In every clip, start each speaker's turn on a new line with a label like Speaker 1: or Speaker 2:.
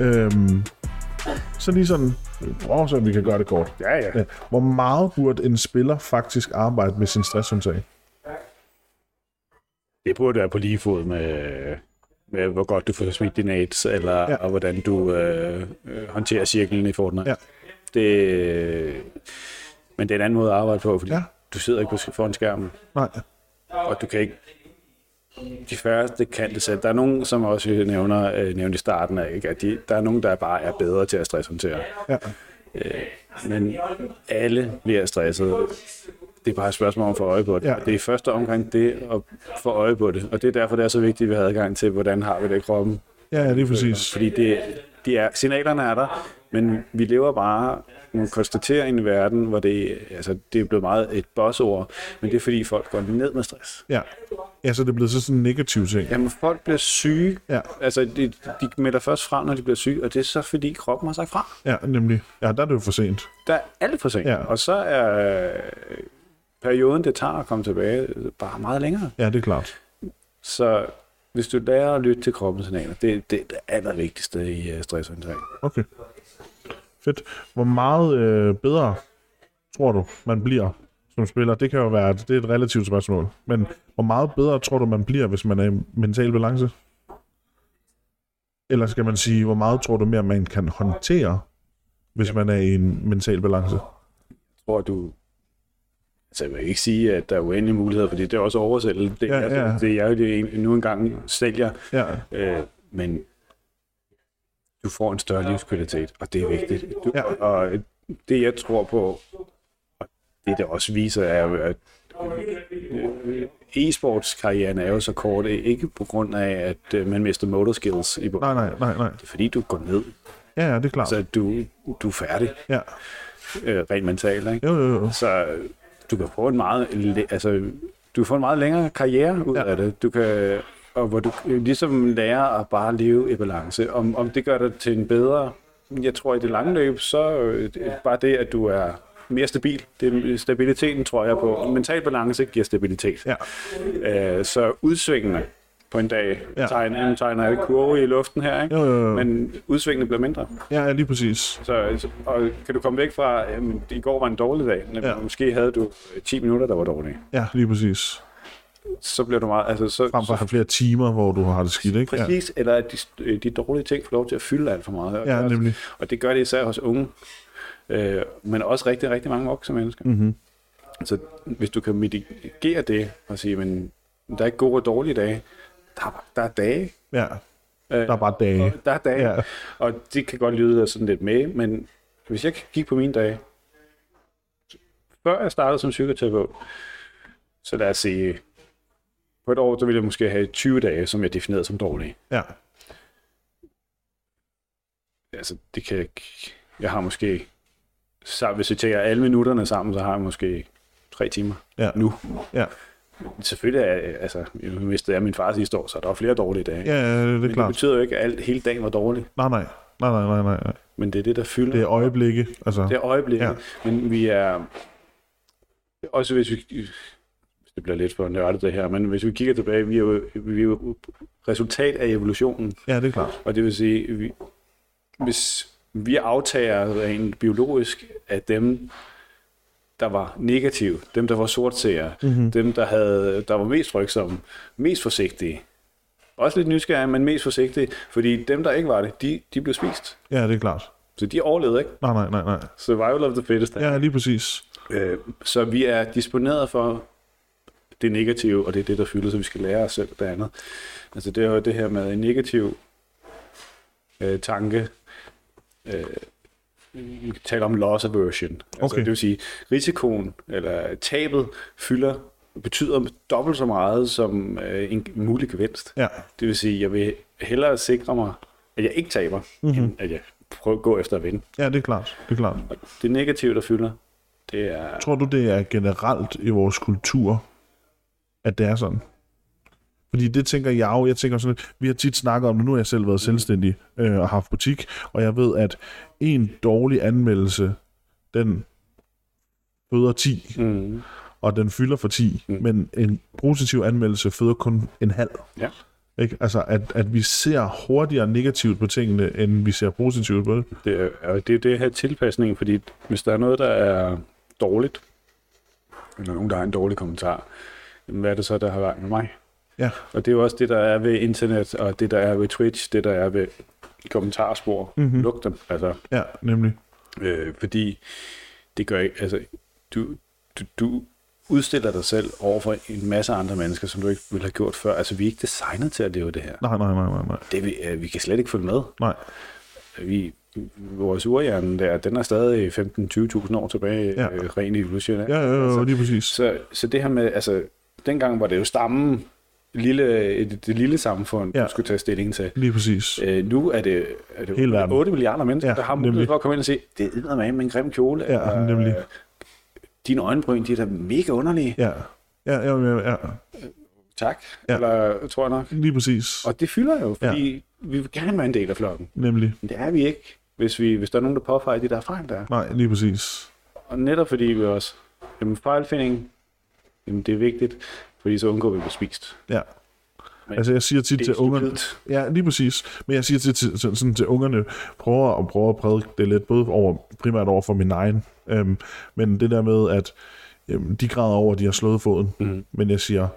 Speaker 1: Øhm, så lige sådan, åh, så vi kan gøre det kort.
Speaker 2: Ja, ja.
Speaker 1: Ja. Hvor meget burde en spiller faktisk arbejde med sin stresshåndtag?
Speaker 2: Det burde være på lige fod med, med hvor godt du får smidt dine aids, eller
Speaker 1: Ja.
Speaker 2: ja. og hvordan du øh, øh, håndterer cirklen i Fortnite.
Speaker 1: Ja.
Speaker 2: Det, men det er en anden måde at arbejde på, fordi
Speaker 1: Ja.
Speaker 2: ja. du sidder ikke på, foran skærmen,
Speaker 1: Nej.
Speaker 2: og du kan ikke... De færreste kan det selv. Der er nogen, som også nævner, øh, nævnte i starten, af, ikke? at de, der er nogen, der bare er bedre til at stresshåndtere.
Speaker 1: Ja.
Speaker 2: Men alle bliver stresset. Det er bare et spørgsmål om at få øje på det.
Speaker 1: Ja.
Speaker 2: Ja. Det er i første omgang det at få øje på det. Og det er derfor, det er så vigtigt, at vi har adgang til, hvordan har vi det i kroppen.
Speaker 1: Ja, ja, lige præcis.
Speaker 2: Fordi det, de er, signalerne er der, men vi lever bare nogle konstaterer i en verden, hvor det, altså, det er blevet meget et bossord, men det er fordi folk går ned med stress.
Speaker 1: Ja. Ja, så det er blevet så sådan en negativ ting.
Speaker 2: Jamen, folk bliver syge.
Speaker 1: Ja.
Speaker 2: Altså, de, de melder først fra, når de bliver syge, og det er så, fordi kroppen har sagt fra.
Speaker 1: Ja, nemlig. Ja, der er det jo for sent.
Speaker 2: Der er alt for sent.
Speaker 1: Ja.
Speaker 2: Ja. Og så er øh, perioden, det tager at komme tilbage, øh, bare meget længere.
Speaker 1: Ja, det er klart.
Speaker 2: Så hvis du lærer at lytte til kroppens signaler, det, det er det allervigtigste i øh, stresshåndtering.
Speaker 1: Okay. Fedt. Hvor meget øh, bedre tror du, man bliver som spiller? Det kan jo være, det er et relativt spørgsmål. Men hvor meget bedre tror du, man bliver, hvis man er i mental balance? Eller skal man sige, hvor meget tror du mere, man kan håndtere, hvis man er i en mental balance?
Speaker 2: Hvor du... Altså, jeg vil ikke sige, at der er uendelige muligheder, fordi det er også oversættelse. Det,
Speaker 1: Ja,
Speaker 2: ja, ja.
Speaker 1: ja.
Speaker 2: det, det er jo det, jeg nu engang sælger.
Speaker 1: Ja,
Speaker 2: Øh, men du får en større livskvalitet, og det er vigtigt. Du,
Speaker 1: Ja.
Speaker 2: ja. Og det, jeg tror på, og det, der også viser, er, jo, at øh, e-sportskarrieren er jo så kort, ikke på grund af, at øh, man mister motor skills i bunden.
Speaker 1: nej, nej, nej, nej.
Speaker 2: Det er fordi, du går ned,
Speaker 1: Ja, ja, det er klart.
Speaker 2: så du, du er færdig
Speaker 1: Ja.
Speaker 2: øh, rent mentalt. Ikke?
Speaker 1: Jo, jo, jo.
Speaker 2: Så øh, du kan få en meget, læ- altså, du får en meget længere karriere ud
Speaker 1: Ja.
Speaker 2: ja. af det. Du kan, og hvor du øh, ligesom lærer at bare leve i balance. Om, om det gør dig til en bedre, jeg tror i det lange løb, så øh, det- bare det, at du er mere stabil. Det, øh, stabiliteten tror jeg på. Mental balance giver stabilitet.
Speaker 1: Ja,
Speaker 2: Øh, så udsvingene på en dag
Speaker 1: Ja.
Speaker 2: ja. tegner, nu tegner jeg en kurve i luften her, ikke?
Speaker 1: Jo, jo, jo.
Speaker 2: men udsvingene bliver mindre.
Speaker 1: ja, ja, lige præcis.
Speaker 2: Så og kan du komme væk fra, øhm, i går var en dårlig dag, men
Speaker 1: Ja.
Speaker 2: ja. måske havde du 10 minutter, der var dårlige.
Speaker 1: Ja, lige præcis.
Speaker 2: Så bliver du meget, altså så...
Speaker 1: Frem for
Speaker 2: så
Speaker 1: at have flere timer, hvor du har det skidt, ikke? Ja,
Speaker 2: præcis, ja. eller at de, øh, de dårlige ting får lov til at fylde alt for meget. Og,
Speaker 1: ja
Speaker 2: det,
Speaker 1: nemlig.
Speaker 2: og det gør det især hos unge, øh, men også rigtig, rigtig mange voksne mennesker.
Speaker 1: Mhm.
Speaker 2: Så hvis du kan mitigere det og sige, men der er ikke gode og dårlige dage, der er, der er dage.
Speaker 1: Ja,
Speaker 2: Øh,
Speaker 1: der er bare dage.
Speaker 2: Der er dage,
Speaker 1: Ja.
Speaker 2: ja. og det kan godt lyde sådan lidt med, men hvis jeg kan kigge på mine dage, før jeg startede som psykoterapeut, så lad os sige, på et år, så ville jeg måske have 20 dage, som jeg definerede som dårlige.
Speaker 1: Ja,
Speaker 2: Altså, det kan jeg ikke- Jeg har måske... Så hvis jeg tæller alle minutterne sammen, så har jeg måske tre timer
Speaker 1: Ja.
Speaker 2: nu.
Speaker 1: ja.
Speaker 2: Selvfølgelig er, altså, nu mistede jeg min far sidste år, så der var flere dårlige dage.
Speaker 1: Ja, ja, det er
Speaker 2: men det
Speaker 1: klart.
Speaker 2: betyder jo ikke, at alt, hele dagen var dårlig,
Speaker 1: Nej, nej. Nej, nej, nej, nej. nej.
Speaker 2: men det er det, der fylder.
Speaker 1: Det er øjeblikke. Altså,
Speaker 2: Det er øjeblikket.
Speaker 1: Ja.
Speaker 2: Ja. Men vi er... Også hvis vi... Det bliver lidt for nørdet det her, men hvis vi kigger tilbage, vi er jo, vi er jo resultat af evolutionen.
Speaker 1: ja, det er klart.
Speaker 2: Og det vil sige, vi, hvis vi aftager rent biologisk af dem, der var negative, dem, der var sortseere, mm-hmm. dem, der, havde, der var mest frygtsomme, mest forsigtige, også lidt nysgerrige, men mest forsigtige, fordi dem, der ikke var det, de, de blev spist.
Speaker 1: Ja, det er klart.
Speaker 2: Så de overlevede ikke.
Speaker 1: Nej, nej, nej, nej.
Speaker 2: Survival of the fittest.
Speaker 1: Ja, lige præcis.
Speaker 2: Øh, så vi er disponeret for det negative, og det er det, der fylder, så vi skal lære os selv det andet. Altså det er jo det her med en negativ øh, tanke. Øh, vi kan tale om loss aversion. Altså,
Speaker 1: Okay.
Speaker 2: Det vil sige, risikoen eller tabet fylder betyder dobbelt så meget som øh, en mulig gevinst.
Speaker 1: Ja,
Speaker 2: Det vil sige, jeg vil hellere sikre mig, at jeg ikke taber,
Speaker 1: Mhm.
Speaker 2: mm-hmm. end at jeg prøver at gå efter at vinde.
Speaker 1: ja, det er klart. Det er klart.
Speaker 2: Og det negative, der fylder, det er
Speaker 1: Tror du, det er generelt i vores kultur, at det er sådan? Fordi det tænker jeg jo, jeg tænker sådan lidt, vi har tit snakket om det, nu har jeg selv
Speaker 2: Mm.
Speaker 1: været selvstændig øh, og haft butik, og jeg ved, at en dårlig anmeldelse, den føder 10,
Speaker 2: Mm.
Speaker 1: og den fylder for 10, mm. men en positiv anmeldelse føder kun en halv.
Speaker 2: Ja.
Speaker 1: Ikke? Altså, at, at vi ser hurtigere negativt på tingene, end vi ser positivt på det.
Speaker 2: Det er, og det er det her tilpasning, fordi hvis der er noget, der er dårligt, eller nogen, der har en dårlig kommentar, jamen, hvad er det så, der har været med mig?
Speaker 1: Ja,
Speaker 2: Og det er jo også det, der er ved internet, og det, der er ved Twitch, det, der er ved kommentarspor. Mm-hmm. Luk dem, altså.
Speaker 1: ja, nemlig.
Speaker 2: Øh, fordi det gør ikke, altså, du, du, du udstiller dig selv over for en masse andre mennesker, som du ikke ville have gjort før. Altså, vi er ikke designet til at leve det her.
Speaker 1: Nej, nej, nej, nej, nej.
Speaker 2: Det, vi, øh, vi kan slet ikke følge med.
Speaker 1: nej.
Speaker 2: Vi, vores urhjerne der, den er stadig 15-20.000 år tilbage,
Speaker 1: Ja.
Speaker 2: ja. øh, rent evolutionært.
Speaker 1: Ja, jo, jo,
Speaker 2: Altså,
Speaker 1: lige præcis.
Speaker 2: så, så det her med, altså, dengang var det jo stammen, lille, det, det lille samfund,
Speaker 1: Ja.
Speaker 2: ja. du skulle tage stilling til.
Speaker 1: Lige præcis.
Speaker 2: Øh, nu er det, er det
Speaker 1: Hele verden.
Speaker 2: 8 milliarder mennesker,
Speaker 1: Ja,
Speaker 2: ja, der har mulighed
Speaker 1: nemlig.
Speaker 2: for at komme ind og sige, det er med med en grim kjole.
Speaker 1: Ja, nemlig.
Speaker 2: øh, Dine øjenbryn, de er da mega underlige. Ja.
Speaker 1: Ja. Ja, ja, ja, ja,
Speaker 2: Tak.
Speaker 1: Ja.
Speaker 2: Ja. Eller, tror jeg nok.
Speaker 1: lige præcis.
Speaker 2: Og det fylder jo,
Speaker 1: Ja.
Speaker 2: fordi ja. vi vil gerne være en del af flokken.
Speaker 1: Nemlig.
Speaker 2: Men det er vi ikke, hvis, vi, hvis der er nogen, der påfejer de der fejl, der er.
Speaker 1: Nej, lige præcis.
Speaker 2: Og netop fordi vi også, jamen fejlfinding, jamen det er vigtigt, fordi så undgår vi at blive spist.
Speaker 1: Ja.
Speaker 2: Men
Speaker 1: Altså, jeg siger tit
Speaker 2: det er
Speaker 1: til ungerne...
Speaker 2: stupidt.
Speaker 1: Ja, lige præcis. Men jeg siger tit til, sådan, sådan til ungerne, prøver at, prøver at prædike det lidt, både over, primært over for min egen, øhm, men det der med, at øhm, de græder over, at de har slået foden, mm. men jeg siger,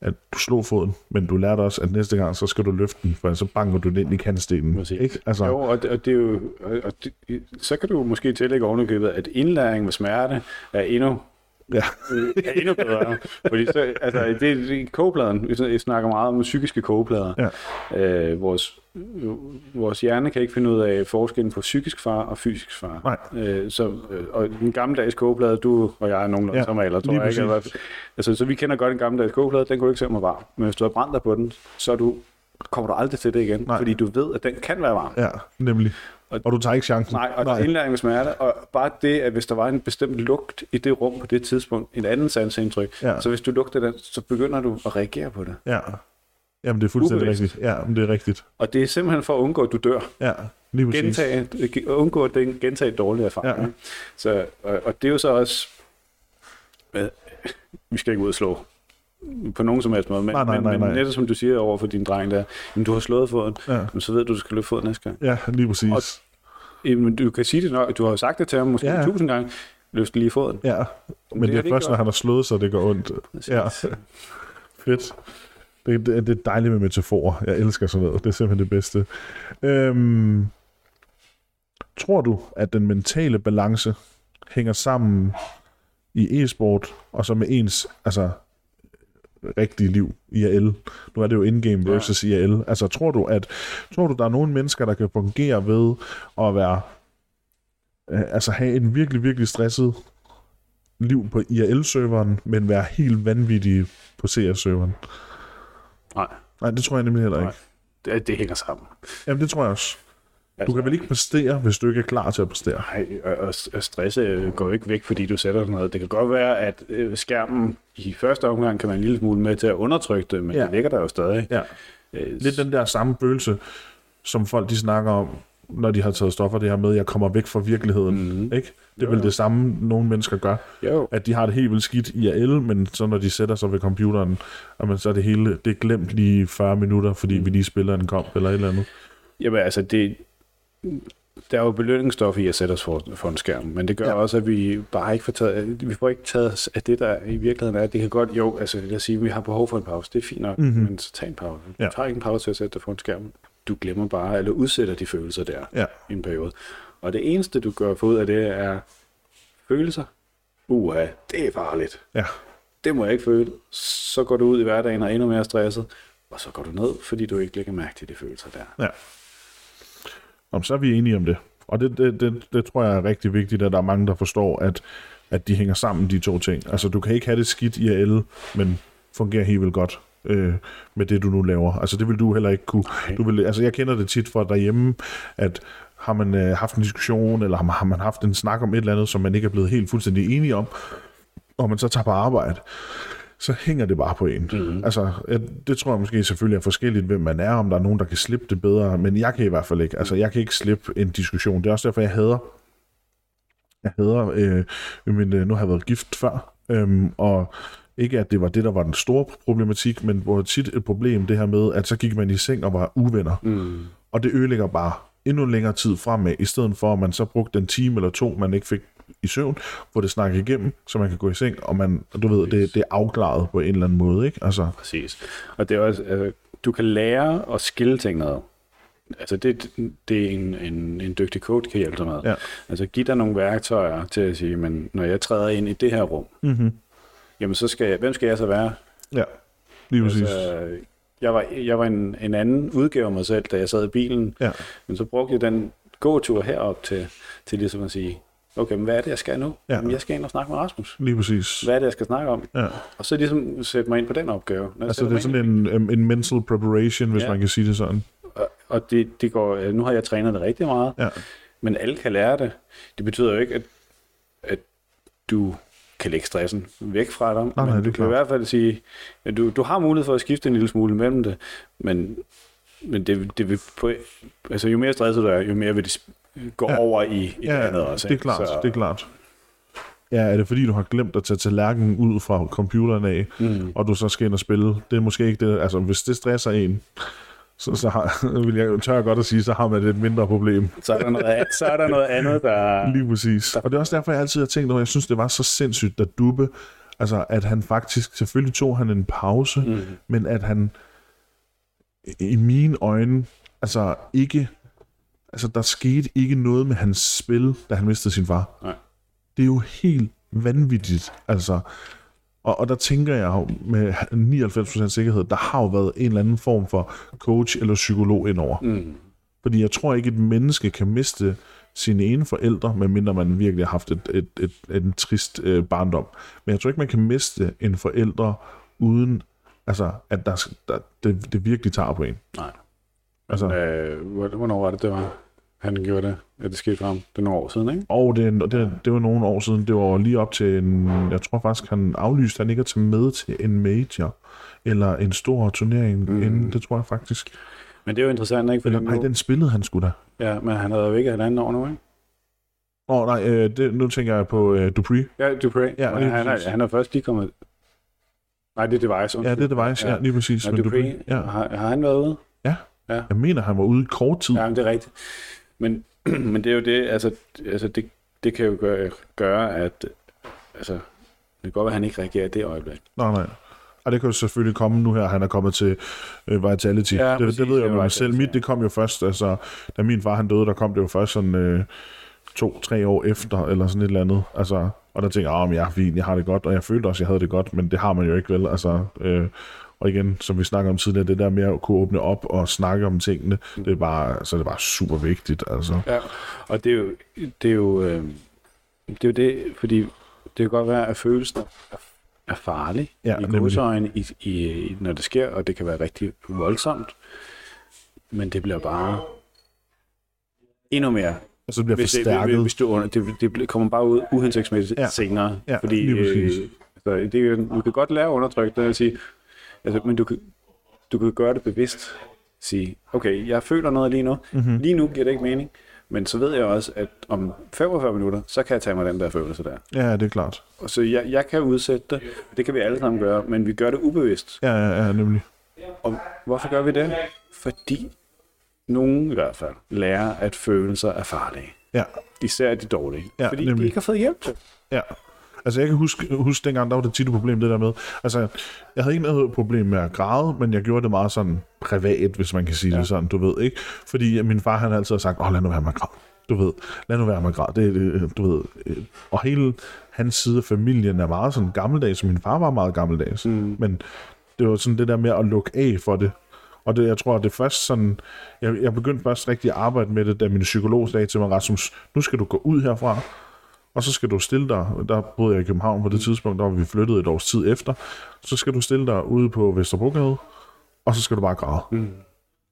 Speaker 1: at du slog foden, men du lærte også, at næste gang, så skal du løfte den, for ellers så banker du den ind i kantstenen.
Speaker 2: Præcis.
Speaker 1: Ikke? Altså,
Speaker 2: Jo, og det, og det er jo, og, og det, så kan du måske tillægge ovenikøbet, at indlæring med smerte er endnu,
Speaker 1: ja.
Speaker 2: øh, er endnu bedre. fordi så, altså, det, det er kogepladen. Vi sn- vi snakker meget om psykiske kogeplader.
Speaker 1: Ja.
Speaker 2: Øh, vores, øh, vores hjerne kan ikke finde ud af forskellen på psykisk far og fysisk far.
Speaker 1: Nej.
Speaker 2: Øh, så, øh, og den gammeldags kogeplade, du og jeg er nogenlunde
Speaker 1: Ja,
Speaker 2: ja, samme alder, tror
Speaker 1: lige
Speaker 2: jeg. Ikke?
Speaker 1: præcis.
Speaker 2: Eller- Altså, så vi kender godt en gammeldags kogeplade, den kunne du ikke se mig varm. Men hvis du har brændt dig på den, så er du kommer du aldrig til det igen,
Speaker 1: Nej.
Speaker 2: Nej. fordi du ved, at den kan være varm.
Speaker 1: ja, nemlig. Og,
Speaker 2: Og-
Speaker 1: og du tager ikke chancen.
Speaker 2: Nej, og Nej. indlæring med smerte, og bare det, at hvis der var en bestemt lugt i det rum på det tidspunkt, en anden sansindtryk,
Speaker 1: Ja.
Speaker 2: ja. så hvis du lugter den, så begynder du at reagere på det.
Speaker 1: Ja. Jamen, det er fuldstændig
Speaker 2: Ubevidst.
Speaker 1: rigtigt. Ja, men det er rigtigt.
Speaker 2: Og det er simpelthen for at undgå, at du dør.
Speaker 1: Ja, lige præcis.
Speaker 2: Gentage, øh, undgå at den gentage dårlige erfaring.
Speaker 1: Ja.
Speaker 2: Ja. Så, og, og det er jo så også... Øh, vi skal ikke ud og slå på nogen som helst måde, men,
Speaker 1: Nej, nej,
Speaker 2: men-
Speaker 1: nej, nej.
Speaker 2: men netop som du siger over for din dreng der, jamen, du har slået foden,
Speaker 1: Ja.
Speaker 2: ja. jamen, så ved du, du skal løbe foden næste gang.
Speaker 1: Ja, lige præcis. Og...
Speaker 2: Jamen, du kan sige det nok, du har jo sagt det til ham måske
Speaker 1: Ja.
Speaker 2: ja. tusind gange, løft lige foden.
Speaker 1: Ja, men det,
Speaker 2: det
Speaker 1: det
Speaker 2: har
Speaker 1: er
Speaker 2: det
Speaker 1: først,
Speaker 2: gjort.
Speaker 1: når han har slået sig, det går ondt. Ja, fedt. Det, det, det er dejligt med metaforer. Jeg elsker sådan noget. Det er simpelthen det bedste. Øhm, tror du, at den mentale balance hænger sammen i e-sport, og så med ens altså, rigtige liv, IRL? Nu er det jo in-game versus ja. IRL. Altså, tror du, at tror du, der er nogle mennesker, der kan fungere ved at være øh, altså have en virkelig, virkelig stresset liv på IRL-serveren, men være helt vanvittige på CS-serveren.
Speaker 2: Nej,
Speaker 1: Nej, det tror jeg nemlig heller
Speaker 2: Nej.
Speaker 1: ikke.
Speaker 2: det, det hænger sammen.
Speaker 1: Jamen, det tror jeg også. Du
Speaker 2: Altså-
Speaker 1: kan vel ikke præstere, hvis du ikke er klar til at præstere?
Speaker 2: Nej, og, og, og stress øh, går jo ikke væk, fordi du sætter dig noget. Det kan godt være, at øh, skærmen i første omgang kan være en lille smule med til at undertrykke det, men
Speaker 1: Ja.
Speaker 2: ja. det ligger der jo stadig.
Speaker 1: Ja.
Speaker 2: Øh,
Speaker 1: Lidt den der samme følelse, som folk de snakker om, når de har taget stoffer, det her med, at jeg kommer væk fra virkeligheden. Mm-hmm. Ikke? Det er vel det samme, nogle mennesker gør.
Speaker 2: Jo.
Speaker 1: At de har det helt vildt skidt i IRL, men så når de sætter sig ved computeren, jamen, så er det hele, det er glemt lige i 40 minutter, fordi vi lige spiller en kamp eller et eller andet.
Speaker 2: Jamen altså, det, der er jo belønningsstof i at sætte os for, for en skærm, men det gør
Speaker 1: Ja.
Speaker 2: ja. også, at vi bare ikke får taget, vi får ikke taget os af det, der i virkeligheden er. Det kan godt, jo, altså lad os sige, at vi har behov for en pause, det er fint nok, mm-hmm. men så tag en pause. Du
Speaker 1: Mhm. Ja.
Speaker 2: ja. tager ikke en pause til at sætte dig for en skærm. Du glemmer bare, eller udsætter de følelser der
Speaker 1: Ja.
Speaker 2: i en periode. Og det eneste, du gør for ud af det, er følelser. Uha, det er farligt.
Speaker 1: Ja.
Speaker 2: Det må jeg ikke føle. Så går du ud i hverdagen og er endnu mere stresset, og så går du ned, fordi du ikke lægger mærke til de følelser der.
Speaker 1: Ja. Om så er vi enige om det. Og det, det, det, det tror jeg er rigtig vigtigt, at der er mange, der forstår, at, at de hænger sammen, de to ting. Altså, du kan ikke have det skidt i alle, men fungerer helt vildt godt øh, med det, du nu laver. Altså, det vil du heller ikke kunne. Du vil, altså, jeg kender det tit fra derhjemme, at har man øh, haft en diskussion, eller har man, har man haft en snak om et eller andet, som man ikke er blevet helt fuldstændig enige om, og man så tager på arbejde, så hænger det bare på en. Mm-hmm. Altså, jeg, det tror jeg måske selvfølgelig er forskelligt, hvem man er, om der er nogen, der kan slippe det bedre, men jeg kan i hvert fald ikke. Altså, jeg kan ikke slippe en diskussion. Det er også derfor, jeg hader, jeg hader, øh, men øh, nu har jeg været gift før, øhm, og Ikke at det var det, der var den store problematik, men hvor tit et problem det her med, at så gik man i seng og var uvenner. Mm. Og det ødelægger bare endnu længere tid fremad, i stedet for at man så brugte den time eller to, man ikke fik i søvn, hvor det snakker igennem, så man kan gå i seng, og man, du ved, det, det er afklaret på en eller anden måde, ikke? Altså,
Speaker 2: Præcis. Og det er også, altså, du kan lære at skille ting ad. Altså det, det er en, en, en dygtig coach kan hjælpe dig med.
Speaker 1: Ja.
Speaker 2: Altså giv dig nogle værktøjer til at sige, men når jeg træder ind i det her rum, mm-hmm. jamen så skal jeg, hvem skal jeg så være?
Speaker 1: ja, lige præcis.
Speaker 2: Altså, jeg var, jeg var en, en anden udgave af mig selv, da jeg sad i bilen.
Speaker 1: Ja.
Speaker 2: Men så brugte jeg den gåtur herop til, til ligesom at sige, okay, men hvad er det, jeg skal nu?
Speaker 1: Ja.
Speaker 2: Jamen, jeg skal ind og snakke med Rasmus.
Speaker 1: Lige præcis.
Speaker 2: Hvad er det, jeg skal snakke om?
Speaker 1: Ja.
Speaker 2: Og så ligesom sætte mig ind på den opgave. Når jeg
Speaker 1: Altså,
Speaker 2: sætter
Speaker 1: det er
Speaker 2: mig
Speaker 1: sådan en, øhm, en mental preparation, hvis ja.
Speaker 2: Ja.
Speaker 1: man kan sige det sådan.
Speaker 2: og, og det, det går, øh, nu har jeg trænet det rigtig meget,
Speaker 1: Ja.
Speaker 2: men alle kan lære det. Det betyder jo ikke, at, at du kan lægge stressen væk fra dig,
Speaker 1: nej,
Speaker 2: men
Speaker 1: det er
Speaker 2: du kan i
Speaker 1: klart.
Speaker 2: hvert fald sige, at du, du har mulighed for at skifte en lille smule mellem det, men, men det, det vil på, altså, jo mere stresset du er, jo mere vil det sp- gå
Speaker 1: Ja.
Speaker 2: ja. over i et ja, andet også.
Speaker 1: det er
Speaker 2: ikke?
Speaker 1: klart,
Speaker 2: Så,
Speaker 1: det er klart. Ja, er det fordi, du har glemt at tage tallerkenen ud fra computeren af, mm. og du så skal ind og spille? Det er måske ikke det, altså hvis det stresser en, så, så har, vil jeg tør jeg godt at sige, så har man et mindre problem.
Speaker 2: så, er der noget, an- så er der noget andet, der...
Speaker 1: Lige præcis. Og det er også derfor, jeg altid har tænkt over, jeg synes, det var så sindssygt, da Dubbe, altså at han faktisk, selvfølgelig tog han en pause, mm. men at han i mine øjne, altså ikke, altså der skete ikke noget med hans spil, da han mistede sin far.
Speaker 2: Nej.
Speaker 1: Det er jo helt vanvittigt, altså. Og, og der tænker jeg jo med 99% sikkerhed, der har jo været en eller anden form for coach eller psykolog indover.
Speaker 2: Mm.
Speaker 1: Fordi jeg tror ikke, et menneske kan miste sine ene forældre, medmindre man virkelig har haft et, et, et, en trist øh, barndom. Men jeg tror ikke, man kan miste en forælder, uden altså, at der, der, det, det virkelig tager på en.
Speaker 2: Nej.
Speaker 1: Altså,
Speaker 2: Øh, hvor- hvornår var det, det var? Han gjorde det, at det skete for ham. Det er nogle år siden, ikke?
Speaker 1: og det, er- det, det var nogle år siden, det var lige op til en, jeg tror faktisk, han aflyste, han ikke at tage med til en major, eller en stor turnering mm. inden, det tror jeg faktisk.
Speaker 2: Men det er jo interessant, ikke? Fordi
Speaker 1: Eller, nej,
Speaker 2: nu-
Speaker 1: den spillede han sgu da.
Speaker 2: Ja, men han har været væk i halvanden år nu, ikke?
Speaker 1: Nå, nej, øh, det, nu tænker jeg på øh, Dupree.
Speaker 2: Ja, Dupre.
Speaker 1: Ja,
Speaker 2: men
Speaker 1: lige
Speaker 2: han,
Speaker 1: præcis.
Speaker 2: er, han er først lige kommet... Nej, det er Device.
Speaker 1: Ja, det er Device, ja, ja lige præcis.
Speaker 2: Ja,
Speaker 1: men
Speaker 2: Dupre, ja.
Speaker 1: ja.
Speaker 2: Har, har han været ude?
Speaker 1: Jeg mener, han var ude i kort tid.
Speaker 2: Ja, men det er rigtigt. Men, men det er jo det, altså, altså det, det kan jo gøre, gøre at... Altså, det kan godt være, at han ikke reagerer i det øjeblik.
Speaker 1: Nej, nej. Og det kan jo selvfølgelig komme nu her, han er kommet til øh, Vitality.
Speaker 2: Ja,
Speaker 1: det,
Speaker 2: præcis,
Speaker 1: det ved jeg
Speaker 2: ja,
Speaker 1: jo med mig
Speaker 2: Vitality,
Speaker 1: selv. Mit,
Speaker 2: ja.
Speaker 1: det kom jo først, altså, da min far han døde, der kom det jo først sådan øh, to-tre år efter, eller sådan et eller andet. Altså, og der tænkte jeg, oh, jeg er fint, jeg har det godt, og jeg følte også, jeg havde det godt, men det har man jo ikke vel. Altså, øh, og igen, som vi snakker om tidligere, det der med at kunne åbne op og snakke om tingene, det er bare, så er det bare super vigtigt. Altså.
Speaker 2: Ja, og det er jo... Det er jo, øh, det, er jo det, fordi det kan godt være, at følelsen er, er farlig
Speaker 1: Ja,
Speaker 2: i
Speaker 1: nemlig.
Speaker 2: godsøjne, i, i, i, når det sker, og det kan være rigtig voldsomt. Men det bliver bare endnu mere
Speaker 1: Og så bliver
Speaker 2: hvis,
Speaker 1: forstærket.
Speaker 2: det, hvis du under, det, det bl- kommer bare ud uhensigtsmæssigt
Speaker 1: Ja.
Speaker 2: ja. senere.
Speaker 1: Ja,
Speaker 2: fordi,
Speaker 1: lige præcis.
Speaker 2: øh, altså, det, er jo- du kan godt lære at undertrykke det, vil sige, altså, men du kan, du kan gøre det bevidst. Sige, okay, jeg føler noget lige nu.
Speaker 1: Mhm.
Speaker 2: Mm-hmm. Lige nu giver det ikke mening. Men så ved jeg også, at om 45 minutter, så kan jeg tage mig den der følelse der.
Speaker 1: Ja, det er klart.
Speaker 2: Og så jeg, jeg kan udsætte det. Det kan vi alle sammen gøre, men vi gør det ubevidst.
Speaker 1: Ja, ja, ja nemlig.
Speaker 2: Og hvorfor gør vi det? Fordi nogen i hvert fald lærer, at følelser er farlige.
Speaker 1: Ja,
Speaker 2: Især de dårlige.
Speaker 1: Ja,
Speaker 2: fordi
Speaker 1: nemlig.
Speaker 2: de ikke har fået hjælp til. det.
Speaker 1: Ja. Altså, jeg kan huske, huske dengang, der var det tit et problem, det der med. Altså, jeg havde ikke noget problem med at græde, men jeg gjorde det meget sådan privat, hvis man kan sige ja. det sådan, du ved, ikke? Fordi min far, han har altid sagt, åh, lad nu være med at græde. Du ved, lad nu være med at græde. Det, er det, du ved. øh, Og hele hans side af familien er meget sådan gammeldags, min far var meget gammeldags. Mm. Men det var sådan det der med at lukke af for det. Og det, jeg tror, det er først sådan... Jeg, jeg begyndte først rigtig at arbejde med det, da min psykolog sagde til mig, Rasmus, nu skal du gå ud herfra, og så skal du stille dig, der boede jeg i København på det tidspunkt, der var vi flyttet et års tid efter, så skal du stille dig ude på Vesterbrogade, og så skal du bare græde. Mm. Jeg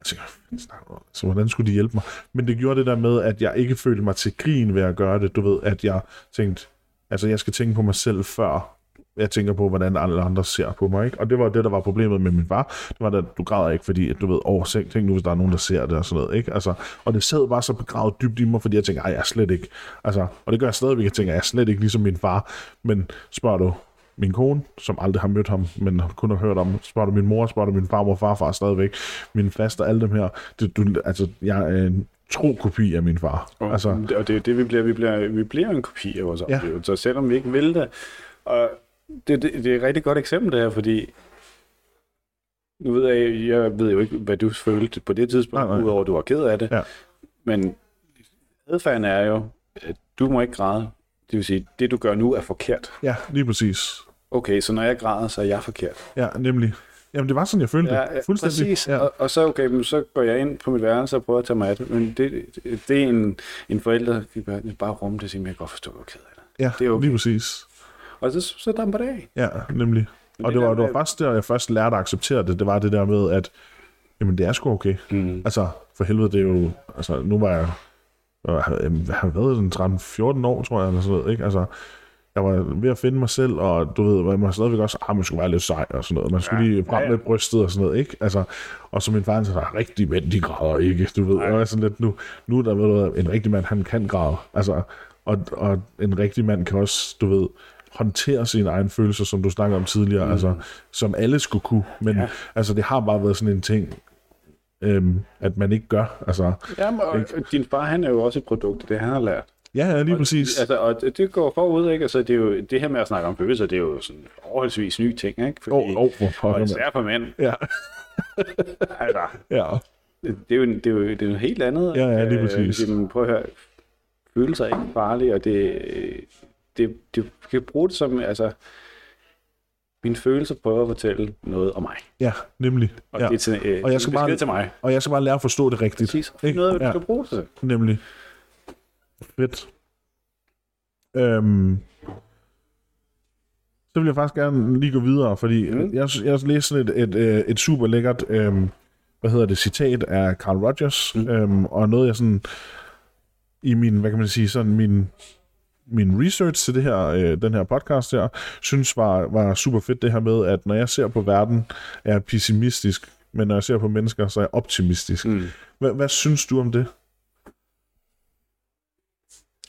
Speaker 1: tænker, "Hvad snakker du om?" så hvordan skulle de hjælpe mig? Men det gjorde det der med, at jeg ikke følte mig til grin ved at gøre det. Du ved, at jeg tænkte, altså jeg skal tænke på mig selv før jeg tænker på, hvordan alle andre ser på mig. Ikke? Og det var det, der var problemet med min far. Det var, at du græder ikke, fordi at du ved, åh, tænk, tænk nu, hvis der er nogen, der ser det og sådan noget. Ikke? Altså, og det sad bare så begravet dybt i mig, fordi jeg tænkte, ej, jeg er slet ikke. Altså, og det gør jeg stadigvæk, jeg tænker, jeg er slet ikke ligesom min far. Men spørger du, min kone, som aldrig har mødt ham, men kun har hørt om, spørger du min mor, spørger du min farmor og farfar stadigvæk, min faster, alle dem her. Det, du, altså, jeg er en tro kopi af min far.
Speaker 2: Og,
Speaker 1: Altså,
Speaker 2: altså, og det er jo det, vi bliver. Vi bliver, vi bliver en kopi af vores
Speaker 1: Ja.
Speaker 2: ja. oplevelser, selvom vi ikke vil det. Og det, det, det er et rigtig godt eksempel, det her, fordi nu ved jeg, jeg ved jo ikke, hvad du følte på det tidspunkt,
Speaker 1: Nej,
Speaker 2: nej,
Speaker 1: nej.
Speaker 2: nej. udover at du var ked af det.
Speaker 1: Ja.
Speaker 2: Men adfærden er jo, at du må ikke græde. Det vil sige, det du gør nu er forkert.
Speaker 1: ja, lige præcis.
Speaker 2: Okay, så når jeg græder, så er jeg forkert.
Speaker 1: Ja, nemlig. Jamen, det var sådan, jeg følte
Speaker 2: Ja, ja,
Speaker 1: det. Fuldstændig.
Speaker 2: Præcis.
Speaker 1: Ja.
Speaker 2: Og, og så, okay, men så går jeg ind på mit værelse og prøver at tage mig af det. Men det, det, det er en, en forælder, der kan bare rumme det og sige, "Men jeg kan godt forstå, hvor ked af det.
Speaker 1: Ja,
Speaker 2: det er okay.
Speaker 1: lige præcis.
Speaker 2: Og så, så damper det af.
Speaker 1: Ja, nemlig.
Speaker 2: Men
Speaker 1: Og
Speaker 2: det
Speaker 1: det
Speaker 2: der
Speaker 1: var, det var
Speaker 2: med-
Speaker 1: først der, jeg først lærte at acceptere det, det var det der med, at jamen, det er sgu okay. Mm. Altså, for helvede, det er jo... Altså, nu var jeg... Jeg har jeg har været en 13-14 år, tror jeg, eller sådan noget, ikke? Altså, jeg var ved at finde mig selv, og du ved, man stadigvæk også, ah, man skulle være lidt sej og sådan noget. Man skulle ja, lige frem
Speaker 2: ja, ja.
Speaker 1: med brystet og sådan noget, ikke? Altså, og så min far, han sagde, "Ah, rigtig mænd, de græder ikke, du ved. Og jeg er sådan lidt, nu, nu er der ved du hvad, en rigtig mand, han kan græde. Altså, og, og en rigtig mand kan også, du ved, håndtere sine egne følelser, som du snakker om tidligere, mm. altså, som alle skulle kunne. Men ja. altså, det har bare været sådan en ting, øhm, at man ikke gør. Altså,
Speaker 2: Jamen, og og din far, han er jo også et produkt af det, han har lært.
Speaker 1: ja, ja, lige præcis.
Speaker 2: Altså, og det- det går forud, ikke? Altså, det, er jo, det her med at snakke om følelser, det er jo sådan overholdsvis ny ting, ikke? Fordi,
Speaker 1: Åh, åh, hvor pokker,
Speaker 2: og
Speaker 1: mand.
Speaker 2: især for mænd.
Speaker 1: Ja,
Speaker 2: Altså,
Speaker 1: ja,
Speaker 2: det er jo, det er jo, det er noget helt andet.
Speaker 1: Ja, ja, lige
Speaker 2: Øh,
Speaker 1: præcis.
Speaker 2: Jamen, prøv at høre. Følelser er ikke farlige, og det, øh, det, det du kan bruge det som, altså, mine følelser prøver at fortælle noget om mig.
Speaker 1: ja, nemlig.
Speaker 2: Og
Speaker 1: ja.
Speaker 2: det er til, øh,
Speaker 1: og jeg
Speaker 2: en
Speaker 1: skal,
Speaker 2: besked
Speaker 1: bare,
Speaker 2: til mig.
Speaker 1: og jeg skal bare lære at forstå det rigtigt.
Speaker 2: Præcis.
Speaker 1: Ikke?
Speaker 2: Noget, du
Speaker 1: Ja.
Speaker 2: kan bruge det til.
Speaker 1: Nemlig. Fedt. Øhm, så vil jeg faktisk gerne lige gå videre, fordi mm. jeg, jeg læste sådan et, et, øh, et super lækkert øhm, hvad hedder det, citat af Carl Rogers, mm. øhm, og noget jeg sådan i min, hvad kan man sige, sådan min min research til det her, øh, den her podcast her, synes var, var super fedt det her med, at når jeg ser på verden, er jeg pessimistisk, men når jeg ser på mennesker, så er jeg optimistisk. Mm. Hvad, hvad synes du om det?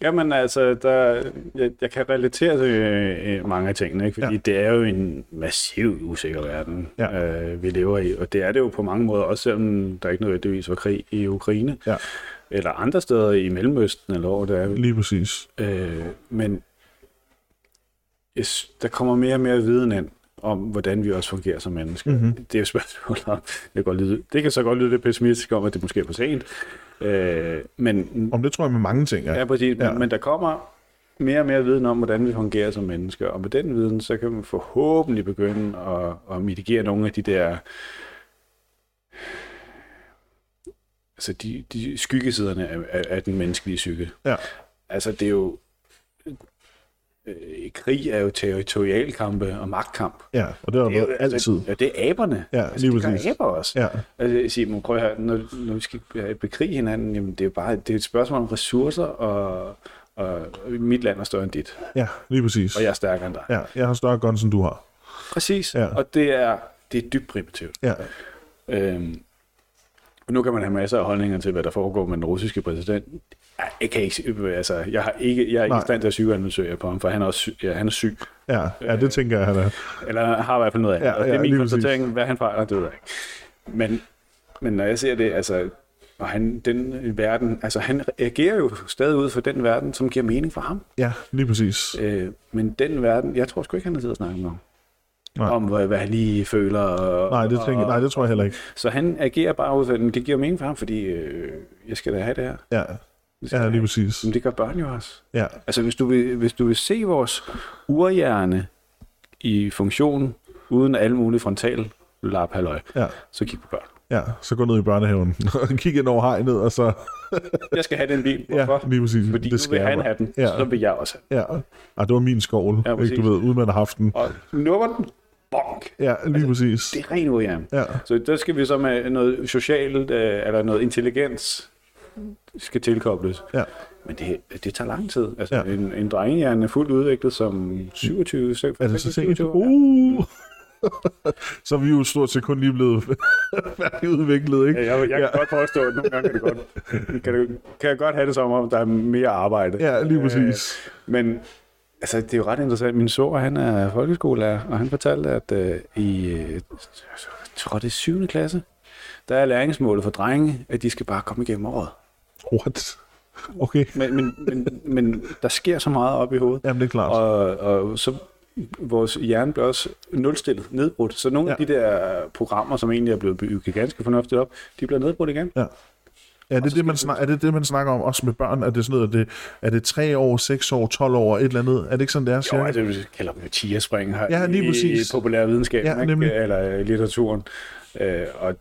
Speaker 2: Jamen altså, der, jeg, jeg kan relatere til øh, mange af tingene, ikke? fordi
Speaker 1: Ja.
Speaker 2: ja. det er jo en massiv usikker verden,
Speaker 1: Ja.
Speaker 2: øh, vi lever i. Og det er det jo på mange måder, også selvom der ikke nødvendigvis var krig i Ukraine,
Speaker 1: Ja.
Speaker 2: eller andre steder i Mellemøsten, eller hvor det er.
Speaker 1: Lige præcis.
Speaker 2: Øh, men jeg, sy- der kommer mere og mere viden ind om, hvordan vi også fungerer som mennesker. Mm-hmm. Det er jo spørgsmålet om, det kan, godt lyde, det kan så godt lyde lidt pessimistisk om, at det måske er for sent, øh, men
Speaker 1: Om det tror jeg med mange ting, ja.
Speaker 2: Ja, præcis.
Speaker 1: Ja.
Speaker 2: Ja. Men der kommer mere og mere viden om, hvordan vi fungerer som mennesker. Og med den viden, så kan man forhåbentlig begynde at, at mitigere nogle af de der... Altså de, de skyggesiderne af, af, af den menneskelige psyke.
Speaker 1: Ja,
Speaker 2: Altså det er jo... Øh, krig er jo territorialkampe og magtkamp.
Speaker 1: ja. og det har
Speaker 2: Det er
Speaker 1: været
Speaker 2: jo,
Speaker 1: altid.
Speaker 2: Altså, ja, det er aberne.
Speaker 1: Ja,
Speaker 2: altså,
Speaker 1: lige
Speaker 2: det
Speaker 1: præcis.
Speaker 2: gør aber også.
Speaker 1: Ja.
Speaker 2: Altså, jeg siger, man, prøv at høre, når, når vi skal bekrige hinanden, jamen, det er jo bare det er et spørgsmål om ressourcer, og, og mit land er større end dit,
Speaker 1: Ja, lige præcis.
Speaker 2: og jeg er stærkere end dig.
Speaker 1: Ja, jeg har større guns, end du har.
Speaker 2: Præcis,
Speaker 1: Ja.
Speaker 2: og det er, det er dybt primitivt.
Speaker 1: Ja,
Speaker 2: Øhm, og nu kan man have masser af holdninger til, hvad der foregår med den russiske præsident. Ej, Jeg, kan ikke, altså, jeg, har ikke, jeg er ikke
Speaker 1: Nej.
Speaker 2: i stand til at psykoanalysere på ham, for han er, også syg, ja, han er syg.
Speaker 1: ja, ja
Speaker 2: Øh.
Speaker 1: det tænker jeg, han er.
Speaker 2: Eller han har i hvert fald noget andet.
Speaker 1: Ja,
Speaker 2: Ja, ja, det
Speaker 1: ja,
Speaker 2: er min
Speaker 1: lige præcis.
Speaker 2: konstatering, hvad han fejler, det ved jeg ikke. Men, men når jeg ser det, altså, og han, den verden, altså han reagerer jo stadig ud for den verden, som giver mening for ham.
Speaker 1: Ja, lige præcis.
Speaker 2: Øh, men den verden, jeg tror sgu ikke, han har tid at snakke med ham.
Speaker 1: Nej.
Speaker 2: Om hvad, hvad han lige føler. Og,
Speaker 1: Nej, det, tænker,
Speaker 2: og,
Speaker 1: nej, det tror jeg heller ikke.
Speaker 2: Så han agerer bare ud for, at det giver mening for ham, fordi øh, jeg skal da have det her.
Speaker 1: Ja,
Speaker 2: Det skal
Speaker 1: ja
Speaker 2: jeg
Speaker 1: lige
Speaker 2: have.
Speaker 1: præcis.
Speaker 2: Men det gør børn jo også.
Speaker 1: Ja,
Speaker 2: Altså, hvis du vil, hvis du vil se vores urhjerne i funktion, uden alle mulige frontal lap halløj,
Speaker 1: ja,
Speaker 2: så kig på børn.
Speaker 1: ja. Så gå ned i børnehaven. Kig ind over hegnet, og så...
Speaker 2: Jeg skal have den bil.
Speaker 1: Ja,
Speaker 2: Hvorfor?
Speaker 1: lige præcis.
Speaker 2: Fordi
Speaker 1: Det
Speaker 2: det
Speaker 1: skal
Speaker 2: skal nu vil
Speaker 1: jeg
Speaker 2: han
Speaker 1: bare.
Speaker 2: have den,
Speaker 1: Ja.
Speaker 2: ja. så vil jeg også have den.
Speaker 1: Ja, Ej, det var min skovl. ikke,
Speaker 2: Ja,
Speaker 1: du
Speaker 2: præcis.
Speaker 1: ved, uden man har haft den.
Speaker 2: Og nummer den, bonk.
Speaker 1: Ja, lige præcis.
Speaker 2: Det er ren urhjerne.
Speaker 1: Ja.
Speaker 2: Så der skal vi så med noget socialt, øh, eller noget intelligens, skal tilkobles.
Speaker 1: Ja,
Speaker 2: Men det, det tager lang tid. Altså,
Speaker 1: Ja.
Speaker 2: ja. en, en drengehjerne er fuldt udviklet som
Speaker 1: er
Speaker 2: 27,
Speaker 1: det så
Speaker 2: 26,
Speaker 1: sent?
Speaker 2: 27 år.
Speaker 1: Uh! så er vi jo stort set kun lige blevet færdigudviklet, ikke?
Speaker 2: Ja, jeg, jeg kan godt forstå, at nogle gange kan, det godt, kan, det, kan jeg godt have det som om, der er mere arbejde. Øh,
Speaker 1: Ja, lige præcis.
Speaker 2: Men Altså, det er jo ret interessant. Min så, han er folkeskolelærer, og han fortalte, at øh, i, øh, jeg tror det er 7. klasse, der er læringsmålet for drenge, at de skal bare komme igennem året.
Speaker 1: What? Okay.
Speaker 2: Men, men, men, men der sker så meget op i hovedet.
Speaker 1: Jamen, det er klart.
Speaker 2: Og, og så vores hjerne bliver også nulstillet, nedbrudt. Så nogle ja.
Speaker 1: Ja.
Speaker 2: af de der programmer, som egentlig er blevet bygget ganske fornuftigt op, de bliver nedbrudt igen.
Speaker 1: Ja. Er det det, man snak, er det det, man snakker om også med børn? Er det sådan noget, er det, er det 3 år, 6 år, 12 år, et eller andet? Er det ikke sådan, det er?
Speaker 2: Jo,
Speaker 1: cirka?
Speaker 2: altså, vi kalder dem jo tigerspring her
Speaker 1: Ja, lige præcis.
Speaker 2: i populær videnskab,
Speaker 1: Ja,
Speaker 2: ja,
Speaker 1: nemlig.
Speaker 2: ikke? eller øh, litteraturen. Øh, og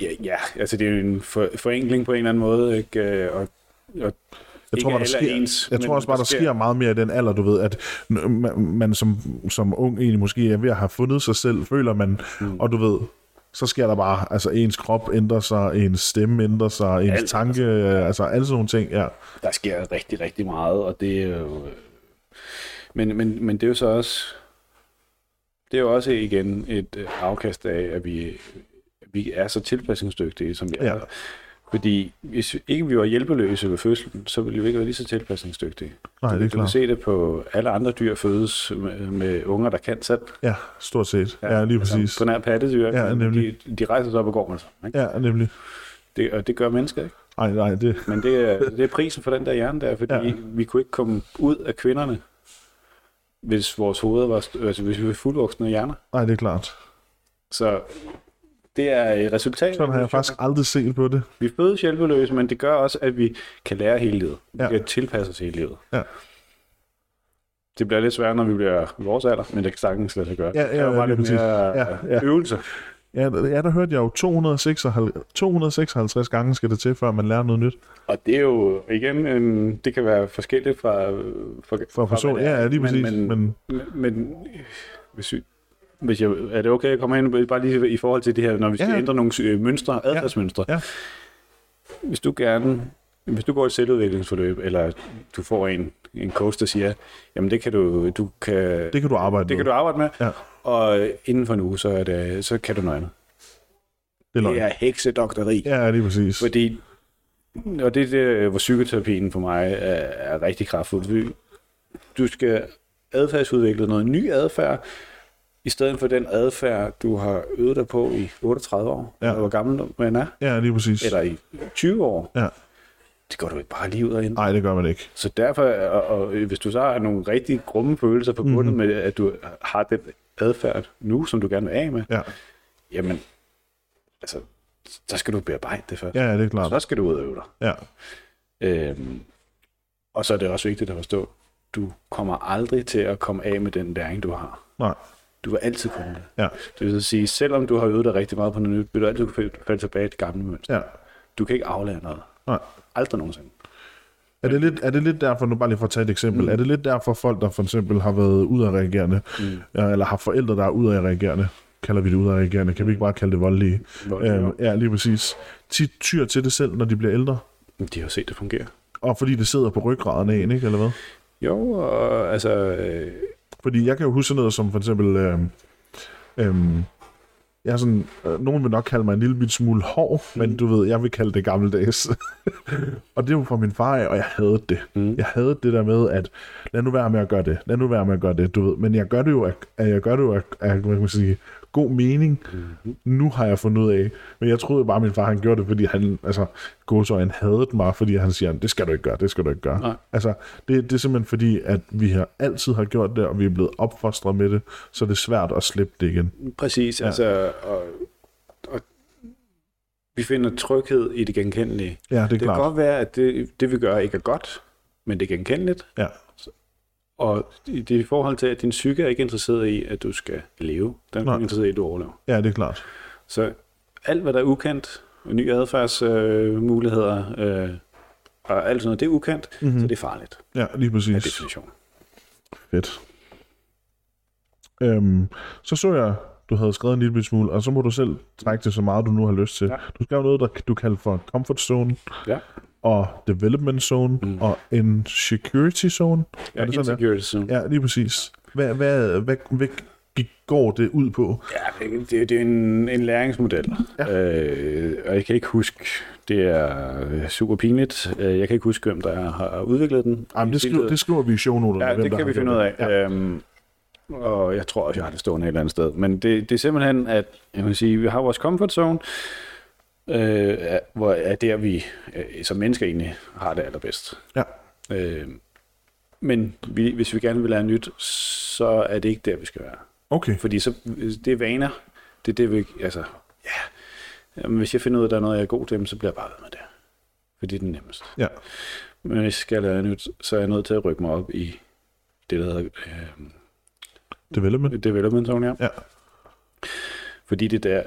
Speaker 2: ja, ja, altså det er jo en for, forenkling på en eller anden måde, ikke? Øh, Og, og
Speaker 1: Jeg tror,
Speaker 2: ikke
Speaker 1: bare, der
Speaker 2: alle er
Speaker 1: sker,
Speaker 2: ens,
Speaker 1: jeg tror
Speaker 2: men
Speaker 1: også bare, der sker meget mere i den alder, du ved, at n- man, man som, som ung egentlig måske er ved at have fundet sig selv, føler man, mm. og du ved, så sker der bare, altså ens krop ændrer sig, ens stemme ændrer sig, ens
Speaker 2: Alt.
Speaker 1: alt, tanke, altså, altså alle sådan nogle ting, ja.
Speaker 2: der sker rigtig, rigtig meget, og det er jo... Men, men, men det er jo så også... Det er jo også igen et øh, afkast af, at vi, vi er så tilpasningsdygtige, som vi ja.
Speaker 1: Ja.
Speaker 2: er. Fordi hvis ikke vi var hjælpeløse ved fødslen, så ville vi ikke være lige så tilpasningsdygtige.
Speaker 1: Nej, det er
Speaker 2: Du kan
Speaker 1: klart.
Speaker 2: se det på alle andre dyr fødes med, med unger, der kan selv.
Speaker 1: Ja, stort set. Ja, ja lige præcis.
Speaker 2: altså, På nær pattedyr.
Speaker 1: Ja,
Speaker 2: men
Speaker 1: nemlig.
Speaker 2: De, de rejser sig op og går med sig. Ikke?
Speaker 1: Ja, nemlig.
Speaker 2: Det, og det gør mennesker, ikke?
Speaker 1: Ej, nej, det...
Speaker 2: Men det er, det er prisen for den der hjerne der, fordi ja.
Speaker 1: Ja.
Speaker 2: vi kunne ikke komme ud af kvinderne, hvis vores hoveder var, st- altså hvis vi var fuldvoksne hjerner.
Speaker 1: Nej, det er klart.
Speaker 2: Så det er et resultat.
Speaker 1: Sådan har jeg faktisk aldrig set på det.
Speaker 2: Vi fødes hjælpeløse, men det gør også, at vi kan lære hele livet. Vi
Speaker 1: Ja.
Speaker 2: kan tilpasse os hele livet.
Speaker 1: Ja.
Speaker 2: Det bliver lidt sværere, når vi bliver i vores alder, men det kan sagtens lade sig gøre.
Speaker 1: Ja, ja,
Speaker 2: det kræver
Speaker 1: ja,
Speaker 2: bare
Speaker 1: lige
Speaker 2: lidt
Speaker 1: præcis.
Speaker 2: mere
Speaker 1: Ja, ja.
Speaker 2: øvelse.
Speaker 1: Ja, der- ja, der hørte jeg jo 256, 256 gange skal det til, før man lærer noget nyt.
Speaker 2: Og det er jo igen, en, det kan være forskelligt fra, fra,
Speaker 1: Fra person,
Speaker 2: hvad det er.
Speaker 1: ja, ja, lige præcis.
Speaker 2: Men, men,
Speaker 1: men
Speaker 2: men, men øh, hvis, vi- hvis jeg, er det okay, jeg kommer ind bare lige i forhold til det her, når vi skal
Speaker 1: Ja,
Speaker 2: ja.
Speaker 1: ja.
Speaker 2: ændre nogle øh, mønstre, adfærdsmønstre.
Speaker 1: Ja.
Speaker 2: Hvis du gerne, hvis du går et selvudviklingsforløb, eller du får en, en coach, der siger, jamen det kan du, du kan,
Speaker 1: det kan du arbejde
Speaker 2: det kan
Speaker 1: med.
Speaker 2: du arbejde med,
Speaker 1: Ja.
Speaker 2: og inden for en uge, så, er det, så kan du noget andet.
Speaker 1: det er løgn.
Speaker 2: Det er heksedokteri.
Speaker 1: Ja, lige præcis.
Speaker 2: Fordi, og det er der, hvor psykoterapien for mig er, er rigtig kraftfuld. Vi- Du skal adfærdsudvikle noget ny adfærd, i stedet for den adfærd, du har øvet dig på i 38 år,
Speaker 1: Ja.
Speaker 2: ja. eller hvor gammel man er,
Speaker 1: Ja, lige præcis.
Speaker 2: eller i 20 år.
Speaker 1: Ja.
Speaker 2: Det går du ikke bare lige ud og ind.
Speaker 1: Nej, det gør man ikke.
Speaker 2: Så derfor, og, og øh, hvis du så har nogle rigtig grumme følelser
Speaker 1: Mhm.
Speaker 2: forbundet mm-hmm. med, at du har den adfærd nu, som du gerne vil af med,
Speaker 1: Ja,
Speaker 2: jamen, altså, så skal du bearbejde det først.
Speaker 1: ja ja, det er klart.
Speaker 2: Så skal du ud og øve dig.
Speaker 1: Ja.
Speaker 2: Øhm, og så er det også vigtigt at forstå, du kommer aldrig til at komme af med den læring, du har.
Speaker 1: Nej.
Speaker 2: Du vil altid kunne det.
Speaker 1: Ja.
Speaker 2: Det vil sige, selvom du har øvet dig rigtig meget på noget nyt, vil du altid kunne falde tilbage i det gamle mønster.
Speaker 1: ja.
Speaker 2: Du kan ikke aflære noget.
Speaker 1: Nej.
Speaker 2: Aldrig nogensinde.
Speaker 1: Er det, lidt, er det lidt derfor, nu bare lige for at tage et eksempel, mm. er det lidt derfor folk, der for eksempel har været udadreagerende, mm. eller har forældre, der er udadreagerende, kalder vi det udadreagerende, kan vi ikke bare kalde det voldelige?
Speaker 2: Voldelige,
Speaker 1: Øhm, ja, lige præcis. Tit tyr til det selv, når de bliver ældre,
Speaker 2: Men De har jo set det fungere.
Speaker 1: og fordi det sidder på ryggraden af en, ikke, eller hvad?
Speaker 2: Jo, og altså... Øh,
Speaker 1: Fordi jeg kan jo huske sådan noget som for eksempel... Øh, øh, jeg er sådan, øh, nogen vil nok kalde mig en lille bit smule hård, mm. men du ved, jeg vil kalde det gammeldags. og det var fra min far af, og jeg havde det. Mm. Jeg havde det der med, at lad nu være med at gøre det, lad nu være med at gøre det, du ved. Men jeg gør det jo af, af- jeg gør det jo af, af hvad kan man sige, god mening. Mm. Nu har jeg fundet ud af. Men jeg troede bare, at min far han gjorde det, fordi han, altså, godsøjen havde mig, fordi han siger, det skal du ikke gøre, det skal du ikke gøre.
Speaker 2: Nej.
Speaker 1: Altså, det, det er simpelthen fordi, at vi har altid har gjort det, og vi er blevet opfostret med det, så det er svært at slippe det igen.
Speaker 2: præcis, ja. altså... Og, og, vi finder tryghed i det genkendelige.
Speaker 1: Ja, det er
Speaker 2: Det kan
Speaker 1: klart.
Speaker 2: godt være, at det, det vi gør ikke er godt, men det er genkendeligt.
Speaker 1: Ja,
Speaker 2: Og det det er i forhold til, at din psyke er ikke interesseret i, at du skal leve. Den er
Speaker 1: Nej.
Speaker 2: ikke interesseret i, at du overlever.
Speaker 1: ja, det er klart.
Speaker 2: Så alt, hvad der er ukendt, nye adfærdsmuligheder øh, og alt sådan noget, det er ukendt,
Speaker 1: Mhm.
Speaker 2: mm-hmm. så det er farligt
Speaker 1: Ja, lige
Speaker 2: af
Speaker 1: præcis.
Speaker 2: definition.
Speaker 1: Fedt. Øhm, så så jeg, du havde skrevet en lille smule, og så må du selv trække det så meget, du nu har lyst til.
Speaker 2: Ja.
Speaker 1: Ja. Du skrev noget, der du kaldte for comfort zone,
Speaker 2: Ja,
Speaker 1: og development zone, mm. og en security zone.
Speaker 2: ja
Speaker 1: det sådan,
Speaker 2: insecurity zone.
Speaker 1: Ja, lige præcis. Hvad, hvad, hvad, hvad, gik, går det ud på?
Speaker 2: Ja, det, det, det er en, en læringsmodel. Ja. Øh, og jeg kan ikke huske, det er øh, super pinligt. Øh, jeg kan ikke huske, hvem der har udviklet den.
Speaker 1: Jamen, det, skriver, det skriver vi i shownoterne.
Speaker 2: Ja,
Speaker 1: hvem
Speaker 2: det
Speaker 1: der
Speaker 2: kan
Speaker 1: har
Speaker 2: vi
Speaker 1: gjort
Speaker 2: finde ud af.
Speaker 1: det. Ja.
Speaker 2: Ja. Øhm, og jeg tror også, jeg har det stående et eller andet sted. Men det, det er simpelthen, at jeg vil sige, vi har vores comfort zone, øh, er- hvor er der, vi øh, som mennesker egentlig har det allerbedst.
Speaker 1: ja.
Speaker 2: Øh, men vi, hvis vi gerne vil lære nyt, så er det ikke der, vi skal være.
Speaker 1: Okay.
Speaker 2: Fordi så, det er vaner. Det er det, vi... Altså, ja. Jamen, hvis jeg finder ud af, at der er noget, jeg er god til, så bliver jeg bare ved med det. For det er den nemmeste.
Speaker 1: Ja.
Speaker 2: Men hvis jeg skal lære nyt, så er jeg nødt til at rykke mig op i det, der hedder
Speaker 1: Development.
Speaker 2: øh, development zone, ja.
Speaker 1: Ja.
Speaker 2: Fordi det der...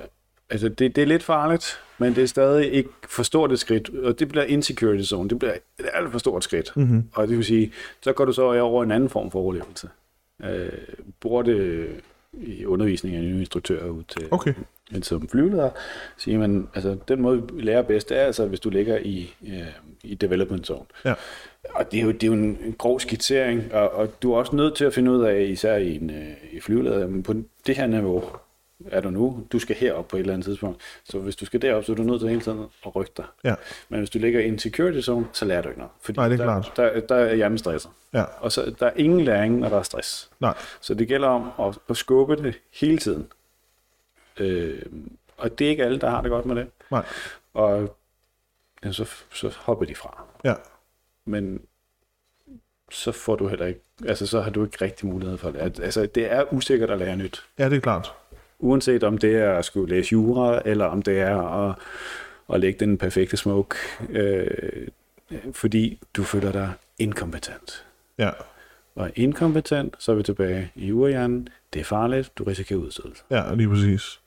Speaker 2: Altså, det, det er lidt farligt, men det er stadig ikke for stort et skridt, og det bliver insecurity zone. Det bliver et alt for stort skridt.
Speaker 1: Mhm.
Speaker 2: Mm-hmm. Og det vil sige, så går du så over i en anden form for overlevelse. Øh, bruger det i undervisning af nye instruktører ud til,
Speaker 1: Okay.
Speaker 2: Men som flyveleder siger man, altså den måde vi lærer bedst, det er altså, hvis du ligger i, øh, i development zone.
Speaker 1: Ja.
Speaker 2: Og det er jo, det er jo en, en grov skitsering, og, og du er også nødt til at finde ud af, især i, en, øh, i flyveleder, jamen, på det her niveau er du nu, du skal herop på et eller andet tidspunkt. Så hvis du skal derop, så er du nødt til hele tiden at rykke dig.
Speaker 1: Ja.
Speaker 2: Men hvis du ligger i en security zone, så lærer du ikke noget. Fordi
Speaker 1: Nej, det er
Speaker 2: der,
Speaker 1: klart.
Speaker 2: Der, der er hjernestresser.
Speaker 1: Ja.
Speaker 2: Og så der er ingen læring, når der er stress.
Speaker 1: Nej.
Speaker 2: Så det gælder om at, at skubbe det hele tiden. Øh, og det er ikke alle, der har det godt med det.
Speaker 1: Nej.
Speaker 2: Og ja, så, så hopper de fra.
Speaker 1: Ja.
Speaker 2: Men så får du heller ikke, altså så har du ikke rigtig mulighed for det. At- Altså det er usikkert at lære nyt.
Speaker 1: Ja, det er klart.
Speaker 2: Uanset om det er at skulle læse jura, eller om det er at, at lægge den perfekte smoke. Øh, fordi du føler dig inkompetent.
Speaker 1: Ja.
Speaker 2: Og inkompetent, så er vi tilbage i urhjernen. Det er farligt, du risikerer udstødelse.
Speaker 1: Ja, lige præcis.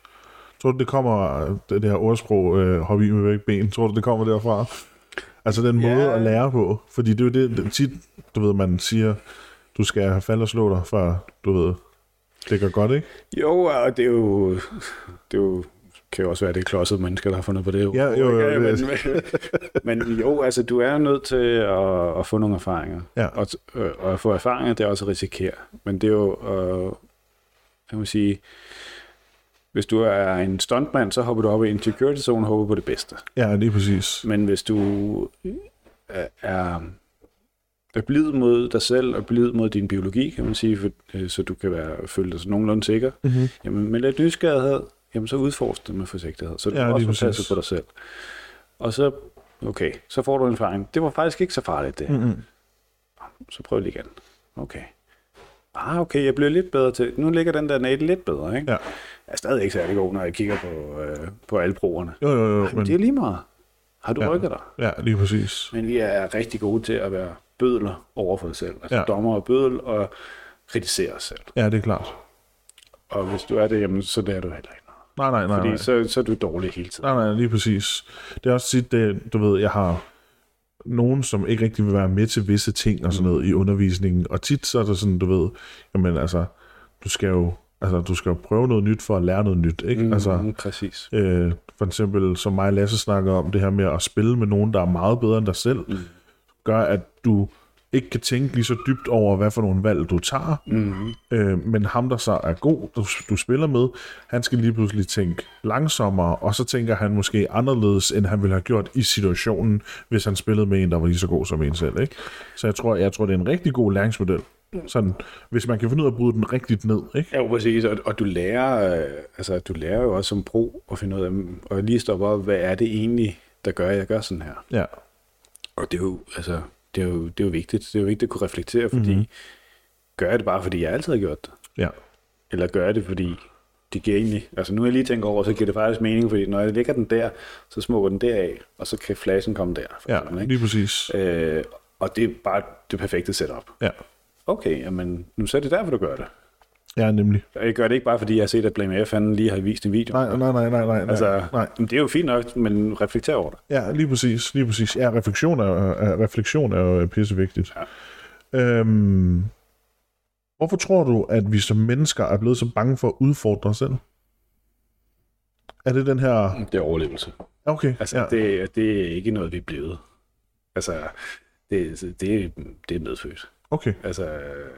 Speaker 1: Tror du, det kommer, det det her ordsprog, øh, hop i med begge ben, tror du, det kommer derfra? Altså den måde
Speaker 2: Ja.
Speaker 1: at lære på, fordi det er jo det, det tit, du ved, man siger, du skal falde og slå dig, før du ved, det gør godt, ikke?
Speaker 2: Jo, og det er jo... Det er jo kan jo også være, det er klodsede mennesker, der har fundet på det.
Speaker 1: Ja, jo, jo,
Speaker 2: ja,
Speaker 1: det
Speaker 2: men, men jo, altså, du er nødt til at, at få nogle erfaringer.
Speaker 1: Ja.
Speaker 2: Og, t- øh, og at få erfaringer, det er også at risikere. Men det er jo, øh, jeg må sige, hvis du er en stuntmand, så hopper du op i en security zone og håber på det bedste.
Speaker 1: Ja, lige præcis.
Speaker 2: Men hvis du er, er, er blid mod dig selv og blid mod din biologi, kan man sige, for, øh, så du kan være, føle dig sådan nogenlunde sikker, mm-hmm.
Speaker 1: Mhm.
Speaker 2: jamen med lidt nysgerrighed, jamen så udforsk det med forsigtighed, så du
Speaker 1: Ja,
Speaker 2: ja, også
Speaker 1: lige
Speaker 2: får passet
Speaker 1: præcis.
Speaker 2: på dig selv. Og så, okay, så får du en erfaring. Det var faktisk ikke så farligt, det her.
Speaker 1: Mm-hmm.
Speaker 2: Så prøv lige igen. Okay. Ah, okay, jeg blev lidt bedre til... Nu ligger den der nat lidt bedre, ikke?
Speaker 1: Ja.
Speaker 2: Jeg er stadig ikke særlig god, når jeg kigger på, øh, på alle broerne.
Speaker 1: Jo, jo, jo.
Speaker 2: Men det er
Speaker 1: Men,
Speaker 2: lige meget. Har du
Speaker 1: Ja.
Speaker 2: ja. rykket dig?
Speaker 1: ja, lige præcis.
Speaker 2: Men vi er rigtig gode til at være bødler over for os selv. Altså
Speaker 1: Ja.
Speaker 2: ja. dommer og bødel og kritisere os selv.
Speaker 1: Ja, det er klart.
Speaker 2: Og hvis du er det, jamen, så lærer du heller ikke noget.
Speaker 1: Nej, nej, nej.
Speaker 2: Fordi
Speaker 1: nej.
Speaker 2: så, så er du dårlig hele tiden.
Speaker 1: Nej, nej, lige præcis. Det er også tit det, du ved, jeg har nogen, som ikke rigtig vil være med til visse ting og sådan noget i undervisningen, og tit så er det sådan, du ved, jamen altså, du skal jo, altså, du skal jo prøve noget nyt for at lære noget nyt, ikke? Mm. Altså,
Speaker 2: Mm, præcis.
Speaker 1: øh, for eksempel, som mig og Lasse snakker om, det her med at spille med nogen, der er meget bedre end dig selv, mm. gør, at du ikke kan tænke lige så dybt over, hvad for nogle valg du tager,
Speaker 2: Mm,
Speaker 1: Øh, men ham, der så er god, du, du spiller med, han skal lige pludselig tænke langsommere, og så tænker han måske anderledes, end han ville have gjort i situationen, hvis han spillede med en, der var lige så god som en selv. Ikke? Så jeg tror, jeg tror, det er en rigtig god læringsmodel. Sådan, hvis man kan finde ud af at bryde den rigtigt ned. Ikke?
Speaker 2: Ja, jo, præcis. Og, og du, lærer, øh, altså, du lærer jo også som pro at finde ud af, mm, og lige stoppe op, hvad er det egentlig, der gør, at jeg gør sådan her?
Speaker 1: Ja,
Speaker 2: Og det er jo, altså, det er jo, det er jo vigtigt. Det er jo vigtigt at kunne reflektere, fordi
Speaker 1: Mhm.
Speaker 2: mm-hmm. gør jeg det bare, fordi jeg altid har gjort det?
Speaker 1: ja,
Speaker 2: Eller gør jeg det, fordi det giver egentlig... Altså nu har jeg lige tænkt over, så giver det faktisk mening, fordi når jeg lægger den der, så smukker den deraf, og så kan flashen komme der. For
Speaker 1: ja
Speaker 2: eksempel, ikke?
Speaker 1: lige præcis.
Speaker 2: Øh, og det er bare det perfekte setup.
Speaker 1: Ja,
Speaker 2: Okay, jamen, nu så er det derfor, du gør det.
Speaker 1: ja nemlig.
Speaker 2: Og Jeg gør det ikke bare, fordi jeg har set, at Blame F, han lige har vist en video.
Speaker 1: Nej, nej, nej, nej, nej. nej,
Speaker 2: altså,
Speaker 1: nej.
Speaker 2: jamen, det er jo fint nok, men reflekter over det.
Speaker 1: Ja, lige præcis, lige præcis. Ja, refleksion er, er, refleksion er jo øh, pissevigtigt. Ja. Øhm, hvorfor tror du, at vi som mennesker er blevet så bange for at udfordre os selv? Er det den her...
Speaker 2: Det er overlevelse.
Speaker 1: Okay,
Speaker 2: Altså,
Speaker 1: ja.
Speaker 2: ja. det, det er ikke noget, vi er blevet. Altså, det, det, det er medfødt.
Speaker 1: okay,
Speaker 2: Altså, øh,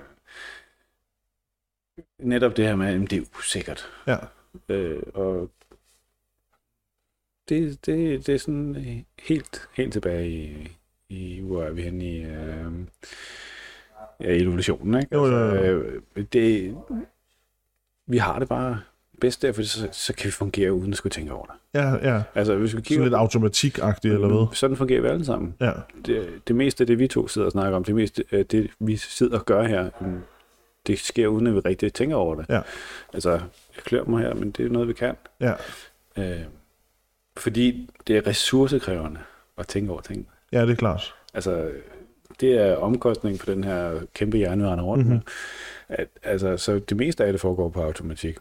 Speaker 2: netop det her med, at det er usikkert.
Speaker 1: Ja.
Speaker 2: Øh, og det, det, det er sådan øh, helt, helt tilbage i, i hvor er vi henne i øh, ja, i evolutionen, ikke?
Speaker 1: Jo, jo, jo.
Speaker 2: øh, det, vi har det bare bedst derfor, så, så kan vi fungere uden at skulle tænke over det.
Speaker 1: Ja, ja.
Speaker 2: Altså, hvis vi kigger...
Speaker 1: Sådan lidt automatikagtigt eller hvad?
Speaker 2: Sådan fungerer vi alle sammen.
Speaker 1: Ja,
Speaker 2: Det, det meste af det, vi to sidder og snakker om, det meste af det, vi sidder og gør her, mm, det sker uden at vi rigtig tænker over det.
Speaker 1: ja,
Speaker 2: Altså, jeg klør mig her, men det er noget, vi kan.
Speaker 1: ja.
Speaker 2: Øh, fordi det er ressourcekrævende at tænke over tingene.
Speaker 1: Ja, det er klart.
Speaker 2: Altså, det er omkostning for den her kæmpe hjerne, vi render rundt mm-hmm. med. At, altså, så det meste af det foregår på automatik.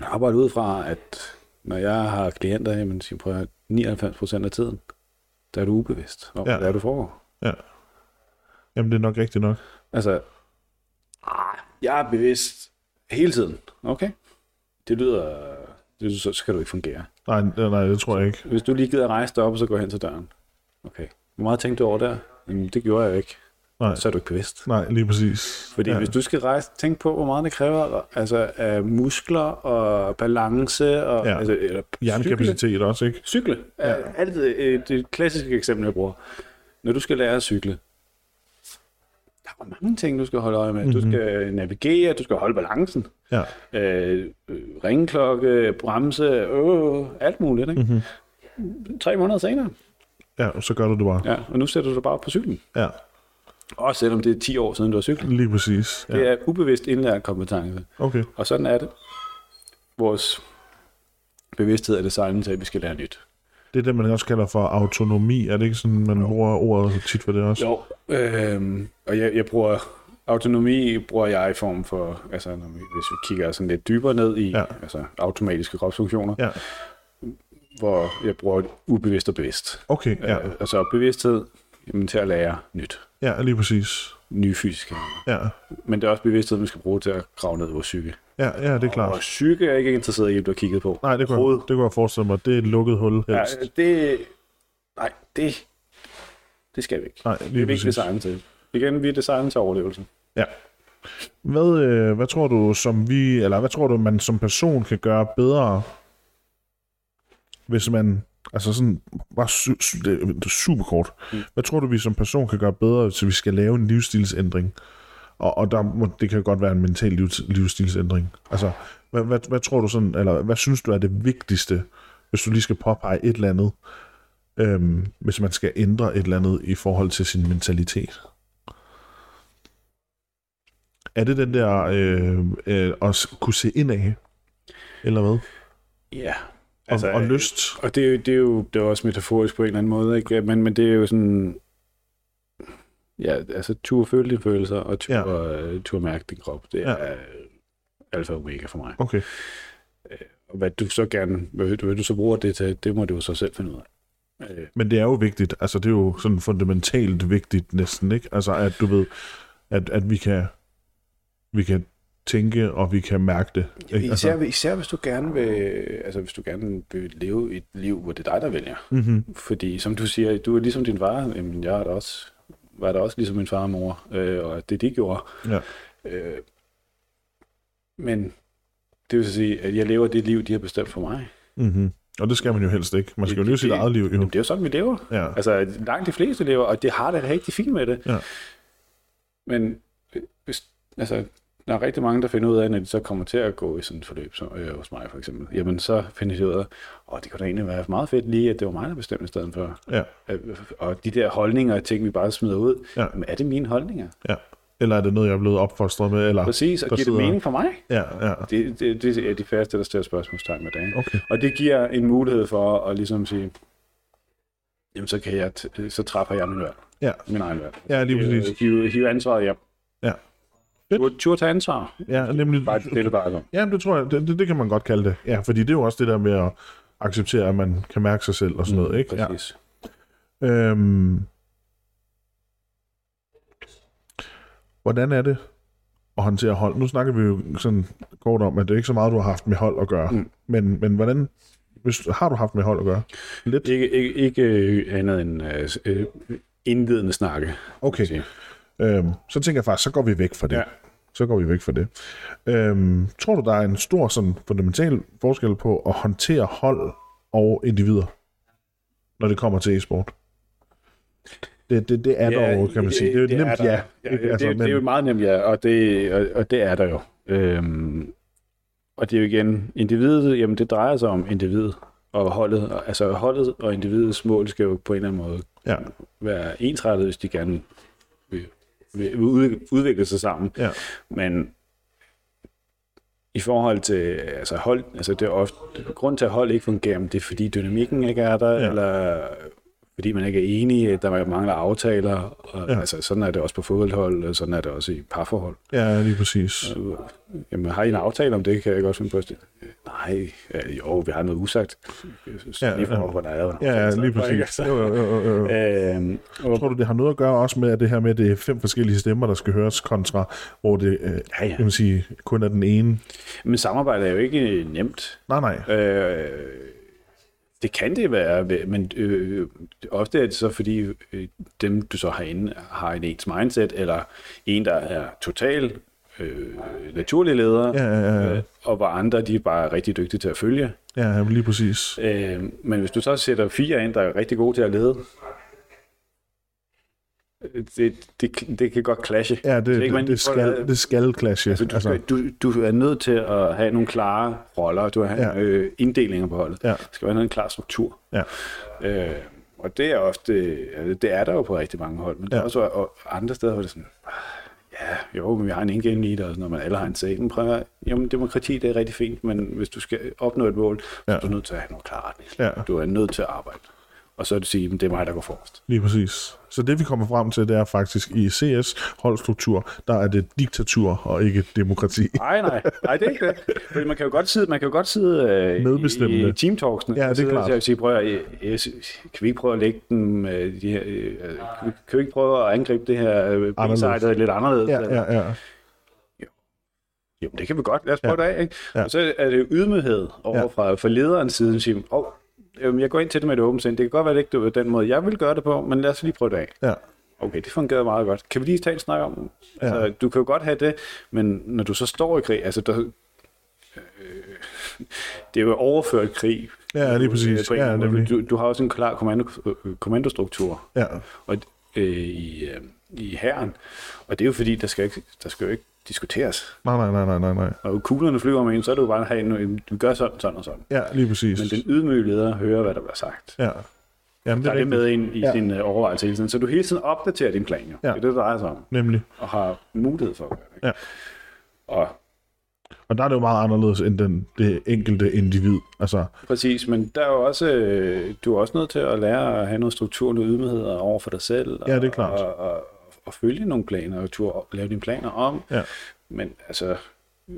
Speaker 2: Jeg arbejder ud fra, at når jeg har klienter, jamen, siger, prøv at høre, 99 procent af tiden, der er du ubevidst om,
Speaker 1: Ja.
Speaker 2: ja. hvad det er, du foregår.
Speaker 1: Ja. Jamen, det er nok rigtigt nok.
Speaker 2: Altså, ah, jeg er bevidst hele tiden. Okay. Det lyder... Det, så, så kan du ikke fungere.
Speaker 1: Nej, nej, nej, det tror jeg ikke.
Speaker 2: Hvis du lige gider rejse dig op, og så gå hen til døren. Okay. Hvor meget tænkte du over der? Jamen, det gjorde jeg ikke.
Speaker 1: Nej.
Speaker 2: Så er du ikke bevidst.
Speaker 1: Nej, lige præcis.
Speaker 2: Fordi ja. hvis du skal rejse, tænk på, hvor meget det kræver altså, af muskler og balance og
Speaker 1: Ja.
Speaker 2: ja. altså, eller cykle.
Speaker 1: Hjernekapacitet også, ikke?
Speaker 2: Cykle er ja. altid øh, det klassiske eksempel, jeg bruger. Når du skal lære at cykle, der er mange ting, du skal holde øje med. Mm-hmm. Du skal navigere, du skal holde balancen.
Speaker 1: Ja,
Speaker 2: Øh, øh, ringklokke, bremse, øh, alt muligt. Ikke? Mm-hmm. Tre måneder senere,
Speaker 1: ja, og så gør du det bare.
Speaker 2: ja, og nu sætter du dig bare på cyklen.
Speaker 1: Ja,
Speaker 2: Også selvom det er 10 år siden, du har cyklet.
Speaker 1: lige præcis.
Speaker 2: Det
Speaker 1: Ja.
Speaker 2: er ubevidst indlært kompetence.
Speaker 1: Okay,
Speaker 2: Og sådan er det. Vores bevidsthed er designet til, at vi skal lære nyt.
Speaker 1: det er det, man også kalder for autonomi. Er det ikke sådan, man bruger ordet tit for det også?
Speaker 2: Jo, øhm, og jeg, jeg bruger autonomi bruger jeg i form for, altså når vi, hvis vi kigger sådan lidt dybere ned i
Speaker 1: Ja.
Speaker 2: ja. altså, automatiske kropsfunktioner, ja.
Speaker 1: Ja,
Speaker 2: hvor jeg bruger ubevidst og bevidst.
Speaker 1: okay, ja,
Speaker 2: Øh, altså bevidsthed jamen, til at lære nyt,
Speaker 1: ja, lige præcis.
Speaker 2: nye fysiske. evner.
Speaker 1: Ja,
Speaker 2: Men det er også bevidsthed, man skal bruge til at grave ned i vores psyke.
Speaker 1: ja, ja det er
Speaker 2: Og
Speaker 1: klart.
Speaker 2: psyke er jeg ikke interesseret i at blive kigget på.
Speaker 1: Nej, det kunne, jeg,
Speaker 2: Overhovedet.
Speaker 1: det kunne jeg forestille mig. Det er et lukket hul
Speaker 2: Ja, øh,
Speaker 1: helst.
Speaker 2: det... Nej, det... Det skal vi ikke.
Speaker 1: Nej,
Speaker 2: det
Speaker 1: lige
Speaker 2: er vi ikke
Speaker 1: præcis.
Speaker 2: designet til. Igen, vi er designet til overlevelsen.
Speaker 1: Ja. Hvad, øh, hvad tror du, som vi, eller hvad tror du, man som person kan gøre bedre, hvis man, altså sådan, bare su- su- det det er super kort. Hvad tror du, vi som person kan gøre bedre, så vi skal lave en livsstilsændring? Og, og der må, det kan godt være en mental livs- livsstilsændring. Altså, hvad, hvad, hvad tror du sådan, eller hvad synes du er det vigtigste, hvis du lige skal påpege et eller andet, øhm, hvis man skal ændre et eller andet i forhold til sin mentalitet? Er det den der øh, øh, at s- kunne se indad? Eller hvad?
Speaker 2: Ja.
Speaker 1: Og, altså,
Speaker 2: øh,
Speaker 1: og lyst?
Speaker 2: Og det er, jo, det, er jo, det er jo også metaforisk på en eller anden måde, ikke? Men, men det er jo sådan... Ja, altså tur føle dine følelser, og tur, ja. øh, tur mærke din krop. Det
Speaker 1: Ja.
Speaker 2: ja. er øh, alfa og omega for mig.
Speaker 1: Okay,
Speaker 2: Og hvad du så gerne, hvad du, hvad du så bruger det til, det må du jo så selv finde ud af. Øh,
Speaker 1: men det er jo vigtigt. Altså, det er jo sådan fundamentalt vigtigt næsten, ikke? Altså, at du ved, at, at vi kan vi kan tænke, og vi kan mærke det. Ikke? Altså,
Speaker 2: Især, især hvis du gerne vil, altså hvis du gerne vil leve et liv, hvor det er dig, der vælger.
Speaker 1: mm-hmm.
Speaker 2: Fordi som du siger, du er ligesom din far, jamen jeg er da også, var da også ligesom min far og mor, øh, og det de gjorde.
Speaker 1: Ja.
Speaker 2: Øh, men det vil så sige, at jeg lever det liv, de har bestemt for mig.
Speaker 1: Mm-hmm. Og det skal man jo helst ikke. Man skal jo leve sit
Speaker 2: Det-
Speaker 1: eget liv, jo.
Speaker 2: Jamen, det er jo sådan, vi lever.
Speaker 1: Ja,
Speaker 2: Altså langt de fleste lever, og det har det rigtig fint med det.
Speaker 1: Ja.
Speaker 2: Men øh, hvis, altså, der er rigtig mange, der finder ud af, når de så kommer til at gå i sådan et forløb som, øh, hos mig for eksempel, jamen så finder de ud af, åh, det kunne da egentlig være meget fedt lige, at det var mig, der bestemte i stedet for.
Speaker 1: ja,
Speaker 2: Øh, og de der holdninger og ting, vi bare smider ud,
Speaker 1: Ja.
Speaker 2: ja. jamen, er det mine holdninger?
Speaker 1: ja. Eller er det noget, jeg er blevet opfostret med? Eller,
Speaker 2: Præcis, og
Speaker 1: der
Speaker 2: giver det
Speaker 1: sidder-
Speaker 2: mening for mig?
Speaker 1: Ja, ja.
Speaker 2: Det, det, det er de færreste, der stiller spørgsmålstegn med det.
Speaker 1: Okay.
Speaker 2: Og det giver en mulighed for at ligesom sige, jamen så, kan jeg t- så træffer jeg min valg.
Speaker 1: Ja,
Speaker 2: Min egen valg.
Speaker 1: ja lige
Speaker 2: Øh,
Speaker 1: præcis.
Speaker 2: Hive, hive ansvaret hjem.
Speaker 1: Ja.
Speaker 2: Tur, tur tage ansvar.
Speaker 1: Ja, nemlig...
Speaker 2: Bare det, er det bare om.
Speaker 1: Ja, det tror jeg, det, det, det kan man godt kalde det. Ja, fordi det er jo også det der med at acceptere, at man kan mærke sig selv og sådan noget, ikke? Ja.
Speaker 2: Mm, Præcis.
Speaker 1: Øhm, hvordan er det at håndtere hold? Nu snakker vi jo sådan kort om, at det er ikke så meget, du har haft med hold at gøre. Mm. Men, men hvordan... Hvis, har du haft med hold at gøre? Lidt?
Speaker 2: Ikke, ikke, ikke øh, andet end øh, øh, indledende snakke.
Speaker 1: Okay.
Speaker 2: sige.
Speaker 1: Øhm, så tænker jeg faktisk, så går vi væk fra det.
Speaker 2: Ja.
Speaker 1: så går vi væk fra det. Øhm, tror du, der er en stor sådan, fundamental forskel på at håndtere hold og individer, når det kommer til e-sport? Det, det, det er der jo, kan man sige. Det er jo et nemt
Speaker 2: der.
Speaker 1: ja.
Speaker 2: ja
Speaker 1: ikke?
Speaker 2: det, altså, det, det er jo et meget nemt ja, og det, og, og det er der jo. Øhm, og det er jo igen, individet, jamen det drejer sig om individet og holdet. Og- Altså holdet og individets mål skal jo på en eller anden måde
Speaker 1: ja,
Speaker 2: være ensrettet, hvis de gerne vil, vil ud- udvikle sig sammen.
Speaker 1: ja,
Speaker 2: Men i forhold til altså hold, altså det er ofte, grund til at hold ikke fungerer, men det er fordi dynamikken ikke er der,
Speaker 1: Ja.
Speaker 2: ja. eller fordi man ikke er enig, der mangler aftaler. Og,
Speaker 1: Ja.
Speaker 2: ja. Altså sådan er det også på fodboldhold, og sådan er det også i parforhold.
Speaker 1: ja, lige præcis.
Speaker 2: Jamen har I en aftale om det, kan jeg godt finde på. at sige, Nej, ja, jo, vi har noget usagt.
Speaker 1: Ja,
Speaker 2: Ja, lige for,
Speaker 1: ja.
Speaker 2: hvor der er en
Speaker 1: Ja, ja,
Speaker 2: aftale,
Speaker 1: lige
Speaker 2: ikke?
Speaker 1: præcis.
Speaker 2: Altså,
Speaker 1: Jo, jo, jo, jo, jo.
Speaker 2: øhm, og,
Speaker 1: Tror du, det har noget at gøre også med at det her med, at det er fem forskellige stemmer, der skal høres, kontra hvor det øh,
Speaker 2: ja, ja.
Speaker 1: kan man sige, kun er den ene?
Speaker 2: Men samarbejde er jo ikke nemt.
Speaker 1: Nej, nej.
Speaker 2: Øh, det kan det være, men øh, ofte er det så, fordi øh, dem, du så har inde, har en ens mindset, eller en, der er total øh, naturlig leder,
Speaker 1: Ja, ja, ja.
Speaker 2: øh, og hvor andre, de er bare rigtig dygtige til at følge.
Speaker 1: Ja, jamen, lige præcis.
Speaker 2: Øh, men hvis du så sætter fire ind, der er rigtig gode til at lede, øh, det, det, det kan godt clashe.
Speaker 1: Ja, det,
Speaker 2: Så
Speaker 1: det, det,
Speaker 2: man-
Speaker 1: det, skal, det skal clashe.
Speaker 2: Altså, du, skal, du, du er nødt til at have nogle klare roller, du har
Speaker 1: Ja.
Speaker 2: ja. øh, inddelinger på holdet.
Speaker 1: Ja.
Speaker 2: Der skal være en klar struktur.
Speaker 1: ja,
Speaker 2: Øh, og det er ofte, altså, det er der jo på rigtig mange hold, men ja. der
Speaker 1: Ja.
Speaker 2: er også og andre steder, hvor det er sådan, "Ah, ja, jo, men vi har en in-game leader, og sådan, når man alle har en sag, men prøv at, høre, jamen demokrati, det er rigtig fint, men hvis du skal opnå et mål, ja.
Speaker 1: Ja.
Speaker 2: så er du nødt til at have nogle klare retningslinjer.
Speaker 1: Ja.
Speaker 2: Du er nødt til at arbejde. Og så er det at sige, at det er mig, der går forrest.
Speaker 1: lige præcis. Så det vi kommer frem til, det er faktisk i CS holdstruktur, der er det diktatur og ikke demokrati.
Speaker 2: Nej, nej, nej, det er ikke det. Fordi man kan jo godt sidde, man kan jo godt sidde øh,
Speaker 1: Medbestemmende.
Speaker 2: i, i teamtalksene.
Speaker 1: Ja, det er
Speaker 2: Sidde
Speaker 1: klart.
Speaker 2: Og sige, prøv at, øh, øh, kan vi ikke prøve at lægge den, øh, de her, øh, øh, kan vi ikke prøve at angribe det her øh, b-side lidt anderledes?
Speaker 1: Ja,
Speaker 2: eller-
Speaker 1: ja, ja.
Speaker 2: Jamen, det kan vi godt. Lad os prøve
Speaker 1: Ja.
Speaker 2: ja. det af. Ikke?
Speaker 1: Ja.
Speaker 2: Ja. Og så er det ydmyghed over
Speaker 1: Ja.
Speaker 2: ja. fra, fra lederens side, og siger, oh, øhm, jeg går ind til det med et åbent sind. Det kan godt være, det ikke er den måde, jeg vil gøre det på, men lad os lige prøve det af.
Speaker 1: ja.
Speaker 2: Okay, det fungerede meget godt. Kan vi lige tage en snak om?
Speaker 1: Ja.
Speaker 2: Altså, Du kan jo godt have det, men når du så står i krig, altså der, øh, det er jo overført krig.
Speaker 1: Ja, lige
Speaker 2: Øh,
Speaker 1: præcis.
Speaker 2: på en
Speaker 1: Ja,
Speaker 2: eller anden måde.
Speaker 1: nemlig.
Speaker 2: du, du har også en klar kommando, øh, kommandostruktur
Speaker 1: ja.
Speaker 2: og, øh, i, øh, i herren, og det er jo fordi, der skal, ikke, der skal jo ikke diskuteres.
Speaker 1: Nej, nej, nej, nej, nej, nej.
Speaker 2: Og kuglerne flyver med en, så er det jo bare, hey, nu, vi gør sådan, sådan og sådan.
Speaker 1: Ja, lige præcis.
Speaker 2: Men den ydmyge leder hører, hvad der bliver sagt.
Speaker 1: Ja. Jamen, det
Speaker 2: Der
Speaker 1: er
Speaker 2: er det
Speaker 1: rigtigt.
Speaker 2: med ind i
Speaker 1: Ja.
Speaker 2: ja. din øh, overvejelse hele tiden. Så du hele tiden opdaterer din plan, jo.
Speaker 1: Ja.
Speaker 2: Ja. Det er det, det drejer sig om.
Speaker 1: Nemlig.
Speaker 2: Og har mulighed for at gøre det. ikke?
Speaker 1: Ja.
Speaker 2: Og
Speaker 1: Og der er det jo meget anderledes end den, det enkelte individ. Altså,
Speaker 2: præcis, men der er jo også, øh, du er også nødt til at lære at have noget struktur og noget ydmyghed over for dig selv. Og,
Speaker 1: Ja, det er klart.
Speaker 2: Og, og, og, og følge nogle planer, og turde op- lave dine planer om.
Speaker 1: ja.
Speaker 2: Men altså, øh,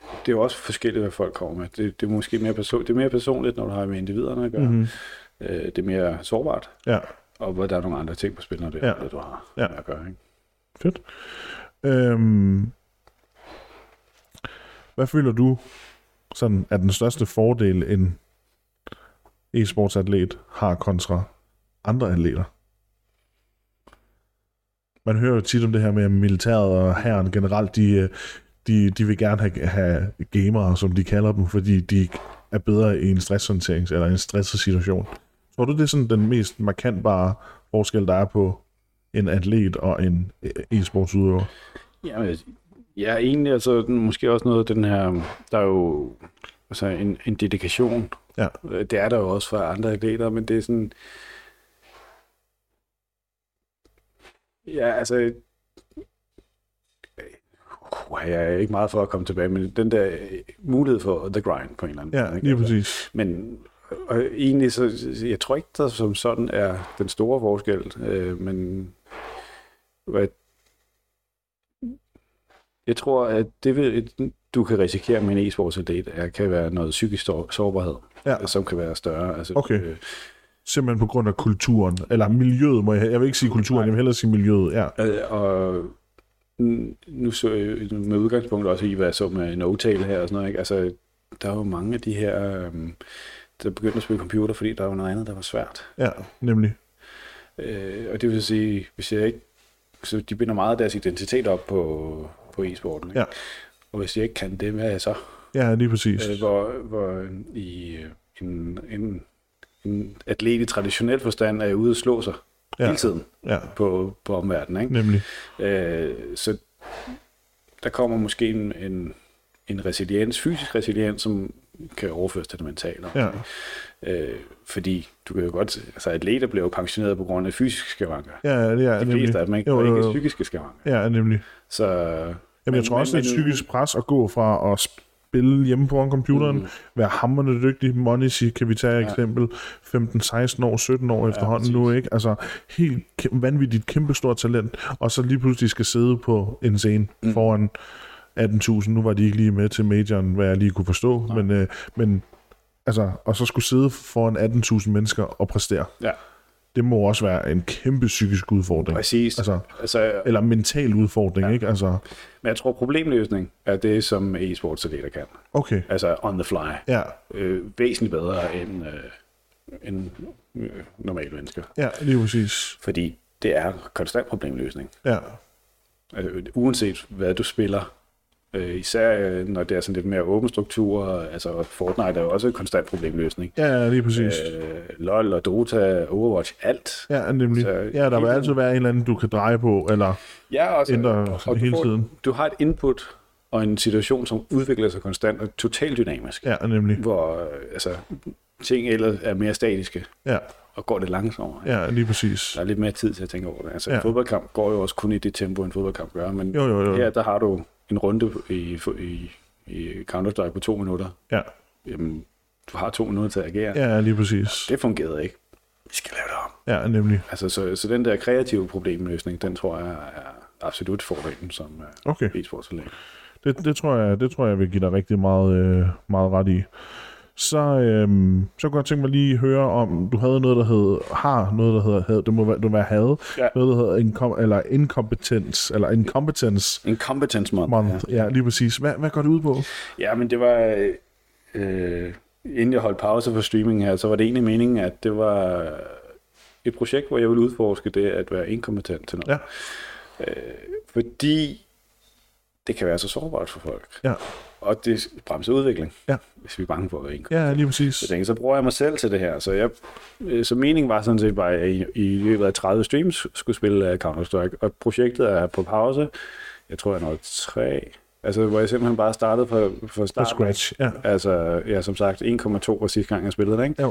Speaker 2: det er jo også forskelligt, hvad folk kommer med. Det, det er måske mere, perso- det er mere personligt, når du har med individerne at gøre.
Speaker 1: Mhm.
Speaker 2: Mm-hmm. Øh, det er mere sårbart,
Speaker 1: Ja,
Speaker 2: og hvor der er nogle andre ting på spil, når det
Speaker 1: Ja.
Speaker 2: er, ja. du har
Speaker 1: Ja.
Speaker 2: ja. med at gøre. Ikke?
Speaker 1: fedt. Øhm, hvad føler du sådan er den største fordel, en e-sportsatlet har kontra andre atleter? Man hører jo tit om det her med, at militæret og herren generelt, de, øh, de, de vil gerne have, have gamere, som de kalder dem, fordi de er bedre i en stresshåndterings- eller en stresset situation. Tror du, det er sådan den mest markantbare forskel, der er på en atlet og en øh, e-sportsudøver?
Speaker 2: Jamen, ja, egentlig altså den- måske også noget af den her, der er jo altså en, en dedikation.
Speaker 1: Ja.
Speaker 2: Øh, Det er der jo også fra andre atleter, men det er sådan... Ja, altså... Uh, jeg er ikke meget for at komme tilbage, men den der øh, mulighed for the grind på en eller anden
Speaker 1: Ja,
Speaker 2: måde. ikke?
Speaker 1: lige
Speaker 2: Altså,
Speaker 1: præcis.
Speaker 2: Men og egentlig, så, jeg tror ikke, der som sådan er den store forskel, øh, men hvad, jeg tror, at det vil, du kan risikere med en e-sportsatlet, er, kan være noget psykisk sår- sårbarhed,
Speaker 1: Ja.
Speaker 2: ja. som kan være større. Altså,
Speaker 1: Okay.
Speaker 2: øh,
Speaker 1: Simpelthen på grund af kulturen, eller miljøet, må jeg, jeg vil ikke sige kulturen, jeg vil hellere sige miljøet, ja.
Speaker 2: Øh, og n- nu så jeg jo med udgangspunkt også i, hvad jeg så med no her og sådan noget, ikke? Altså, der er jo mange af de her, øh, der begyndte at spille computer, fordi der var noget andet, der var svært.
Speaker 1: Ja, nemlig.
Speaker 2: Øh, og det vil sige, hvis jeg ikke... Så de binder meget af deres identitet op på på e-sporten. Ikke?
Speaker 1: Ja.
Speaker 2: Og hvis jeg ikke kan det, hvad er jeg så?
Speaker 1: Ja, lige præcis.
Speaker 2: Øh, hvor, hvor i øh, en, en, en atlet i traditionel forstand er ude at slå sig
Speaker 1: Ja.
Speaker 2: ja. hele tiden
Speaker 1: Ja,
Speaker 2: på, på omverdenen. Ikke?
Speaker 1: nemlig.
Speaker 2: Øh, så der kommer måske en, en, en resiliens, fysisk resiliens, som kan overføres til det mentale.
Speaker 1: Ja,
Speaker 2: Øh, fordi du kan jo godt, altså atleter bliver jo pensioneret på grund af fysiske skavanker.
Speaker 1: ja det er
Speaker 2: De
Speaker 1: nemlig.
Speaker 2: fleste af dem ikke,
Speaker 1: Jo,
Speaker 2: og
Speaker 1: jo,
Speaker 2: ikke
Speaker 1: jo.
Speaker 2: psykiske skavanker.
Speaker 1: Ja, nemlig.
Speaker 2: Så,
Speaker 1: Jamen, jeg tror også, det er et psykisk pres at gå fra at spille hjemme foran computeren, mm. være hammerne dygtig, Monisi kan vi tage et eksempel, 15, 16 år, 17 år ja, efterhånden nu, ikke? Altså, helt kæm- vanvittigt kæmpestort talent, og så lige pludselig skal sidde på en scene mm. foran 18.000, nu var de ikke lige med til majoren, hvad jeg lige kunne forstå, men, øh, men altså, og så skulle sidde foran 18.000 mennesker og præstere.
Speaker 2: Ja,
Speaker 1: Det må også være en kæmpe psykisk udfordring.
Speaker 2: præcis.
Speaker 1: Altså,
Speaker 2: Altså, altså,
Speaker 1: eller mental udfordring, ja. ikke? Altså,
Speaker 2: men jeg tror, problemløsning er det, som e-sportsatleter kan.
Speaker 1: okay.
Speaker 2: Altså on the fly.
Speaker 1: Ja,
Speaker 2: Øh, væsentligt bedre end, øh, end øh, normale mennesker.
Speaker 1: ja lige præcis.
Speaker 2: Fordi det er konstant problemløsning.
Speaker 1: Ja,
Speaker 2: øh, uanset hvad du spiller. Øh, især øh, når det er sådan lidt mere åben struktur, og- altså og Fortnite er jo også en konstant problemløsning.
Speaker 1: ja ja, lige præcis. Øh,
Speaker 2: Øh, LoL og Dota, Overwatch, alt.
Speaker 1: ja, nemlig.
Speaker 2: så
Speaker 1: ja, der vil
Speaker 2: hele-
Speaker 1: altid være en eller anden, du kan dreje på, eller...
Speaker 2: Ja, også,
Speaker 1: ændrer
Speaker 2: du
Speaker 1: hele
Speaker 2: får-
Speaker 1: tiden.
Speaker 2: Du har et input og en situation, som udvikler sig konstant og totalt dynamisk,
Speaker 1: Ja, nemlig.
Speaker 2: hvor øh, altså, ting ellers er mere statiske
Speaker 1: Ja,
Speaker 2: og går lidt langsommere.
Speaker 1: ja lige præcis.
Speaker 2: Der er lidt mere tid til at tænke over det. Altså,
Speaker 1: Ja.
Speaker 2: ja. en fodboldkamp går jo også kun i det tempo, en fodboldkamp gør, men
Speaker 1: Jo, jo, jo.
Speaker 2: her der har du en runde i, i, i Counter-Strike på to minutter,
Speaker 1: Ja,
Speaker 2: jamen, du har to minutter til at agere. Ja.
Speaker 1: ja lige præcis.
Speaker 2: Det fungerede ikke. Vi skal lave det om.
Speaker 1: Ja, nemlig.
Speaker 2: Altså, så, så den der kreative problemløsning, den tror jeg er absolut fordelen som uh,
Speaker 1: Okay.
Speaker 2: e-sportsalæg.
Speaker 1: Det, det, tror jeg, det tror jeg vil give dig rigtig meget, øh, meget ret i. Så, øhm, så kunne jeg tænke mig lige at høre om, du havde noget, der hed, har noget, der hedder, havde, det må være, du være havde,
Speaker 2: Ja.
Speaker 1: noget, der hedder inkom, eller inkompetens, eller incompetence
Speaker 2: En competence month.
Speaker 1: month. Ja. ja, lige præcis. Hvad, hvad går det ud på?
Speaker 2: Ja. ja, men det var... øh, Øh, inden jeg holdt pause for streaming her, så var det egentlig meningen, at det var et projekt, hvor jeg ville udforske det at være inkompetent til noget. Øh,
Speaker 1: Ja,
Speaker 2: Fordi det kan være så sårbart for folk.
Speaker 1: ja,
Speaker 2: Og det bremser udvikling,
Speaker 1: ja,
Speaker 2: hvis vi er bange for at være inkompetent.
Speaker 1: ja lige præcis.
Speaker 2: Så tænkte, jeg, så bruger jeg mig selv til det her. Så, jeg, øh, så meningen var sådan set bare, at jeg i, i løbet af 30 streams skulle spille øh, Counter-Strike. Og projektet er på pause. Jeg tror, jeg nåede tre. Altså, hvor jeg simpelthen bare startede fra, fra
Speaker 1: På
Speaker 2: start.
Speaker 1: scratch, ja.
Speaker 2: Altså, ja, som sagt, 1,2 var sidste gang, jeg spillede det, ikke?
Speaker 1: Jo,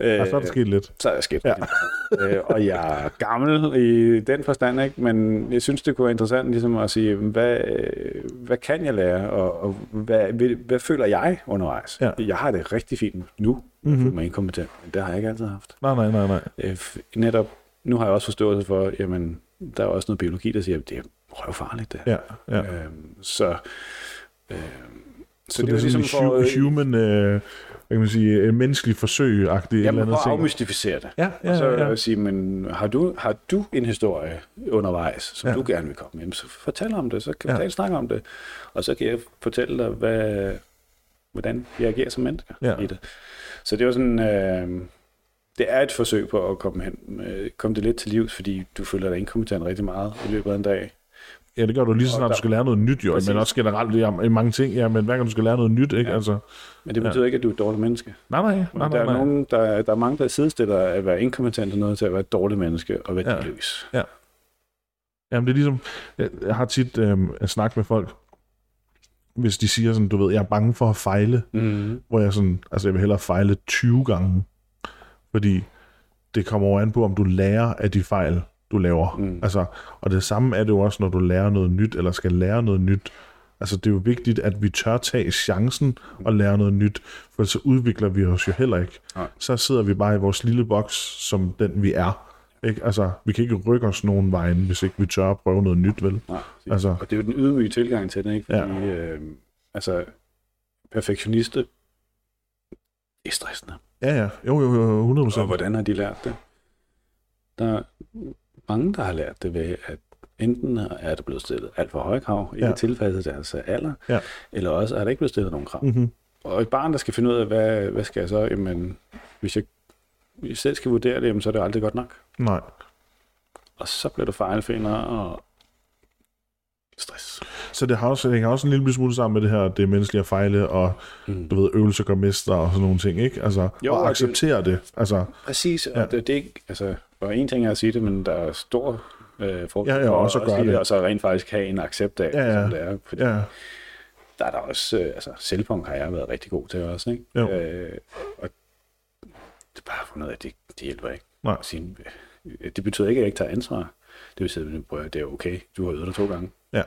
Speaker 2: Øh,
Speaker 1: og så er der sket lidt.
Speaker 2: så er jeg skeptisk. Ja. øh, og jeg er gammel i den forstand, ikke? men jeg synes, det kunne være interessant ligesom at sige, hvad, øh, hvad kan jeg lære, og, og hvad, vil- hvad føler jeg undervejs?
Speaker 1: Ja. Mhm.
Speaker 2: Jeg har det rigtig fint nu, mm-hmm. jeg føler mig inkompetent, men det har jeg ikke altid haft.
Speaker 1: Nej, nej, nej, nej.
Speaker 2: Øh, f- netop, nu har jeg også forståelse for, jamen, der er også noget biologi, der siger, at det er røvfarligt det her.
Speaker 1: Ja, ja. Så,
Speaker 2: Øhm, så, øh, så,
Speaker 1: så det, er
Speaker 2: jo
Speaker 1: sådan ligesom en hu-
Speaker 2: øh,
Speaker 1: human, øh, hvad kan man sige, en menneskelig forsøg-agtig et eller
Speaker 2: Jamen,
Speaker 1: andet
Speaker 2: prøv at
Speaker 1: ting.
Speaker 2: afmystificere det.
Speaker 1: Ja, ja,
Speaker 2: og så
Speaker 1: ja.
Speaker 2: øh, sige, men har du, har du en historie undervejs, som
Speaker 1: Ja.
Speaker 2: ja. du gerne vil komme med, så fortæl om det, så kan
Speaker 1: Ja.
Speaker 2: vi ja. snakke om det. Og så kan jeg fortælle dig, hvad, hvordan jeg agerer som mennesker
Speaker 1: Ja.
Speaker 2: ja. i det. Så det var sådan, øh, det er et forsøg på at komme, hen, øh, komme det lidt til livs, fordi du føler dig inkompetent rigtig meget i løbet af en dag.
Speaker 1: Ja, det gør du lige så snart, du skal lære noget nyt, jo,
Speaker 2: Præcis.
Speaker 1: men også generelt det er mange ting, ja, men hver gang du skal lære noget nyt, ikke? Ja. Altså,
Speaker 2: Men det betyder ja. ikke, at du er et dårligt menneske.
Speaker 1: nej, nej, nej,
Speaker 2: Nej, der,
Speaker 1: nej,
Speaker 2: er
Speaker 1: nej.
Speaker 2: nogen, der, der er mange, der sidestiller at være inkompetent og noget til at være et dårligt menneske og værdiløs.
Speaker 1: Jamen, det er ligesom, jeg, jeg har tit øh, snak med folk, hvis de siger sådan, du ved, jeg er bange for at fejle,
Speaker 2: Ja. Mm.
Speaker 1: hvor jeg sådan, altså jeg vil hellere fejle 20 gange, fordi det kommer jo an på, om du lærer af de fejl, du laver. Mm. Altså, og det samme er det jo også, når du lærer noget nyt, eller skal lære noget nyt. Altså, det er jo vigtigt, at vi tør tage chancen og lære noget nyt, for så udvikler vi os jo heller ikke.
Speaker 2: Nej.
Speaker 1: Så sidder vi bare i vores lille boks, som den vi er. Ikke? Altså, vi kan ikke rykke os nogen vejen, hvis ikke vi tør at prøve noget nyt, vel?
Speaker 2: Nej,
Speaker 1: Altså-
Speaker 2: altså, og det er jo den ydmyge tilgang til den, ikke? Fordi, ja. øh, altså, perfektionister, det er stressende.
Speaker 1: Ja, ja. Jo, jo, jo, 100
Speaker 2: Så hvordan har de lært det? Der er mange, der har lært det ved, at enten er der blevet stillet alt for høje krav, ikke
Speaker 1: Ja.
Speaker 2: ja. tilpasset deres øh, alder,
Speaker 1: Ja.
Speaker 2: eller også er der ikke blevet stillet nogen krav.
Speaker 1: Mhm.
Speaker 2: Og et barn, der skal finde ud af, hvad, hvad skal jeg så, jamen, hvis jeg, hvis jeg selv skal vurdere det, jamen, så er det aldrig godt nok.
Speaker 1: Nej.
Speaker 2: Og så bliver du fejlfinder og stress.
Speaker 1: Så det har også, hænger også en lille smule sammen med det her, det er menneskelige at fejle, og mm. du ved, øvelser gør mester og sådan nogle ting, ikke? Altså,
Speaker 2: Jo,
Speaker 1: jo, og
Speaker 2: og
Speaker 1: acceptere det. det. Altså,
Speaker 2: Præcis, og ja. det, det er ikke, altså, og en ting er at sige det, men der er stor øh, forskel
Speaker 1: Ja, ja,
Speaker 2: på
Speaker 1: og så
Speaker 2: at
Speaker 1: gøre
Speaker 2: sige
Speaker 1: det.
Speaker 2: og så rent faktisk have en accept af,
Speaker 1: Ja, ja.
Speaker 2: som det er. Fordi
Speaker 1: ja,
Speaker 2: der er der også, øh, altså selvpunk har jeg været rigtig god til også, ikke?
Speaker 1: Jo.
Speaker 2: Øh, og det er bare fundet, at det, det hjælper ikke.
Speaker 1: nej,
Speaker 2: At Sige, øh, det betyder ikke, at jeg ikke tager ansvar. Det vil sige, at det er okay, du har øvet dig to gange.
Speaker 1: ja.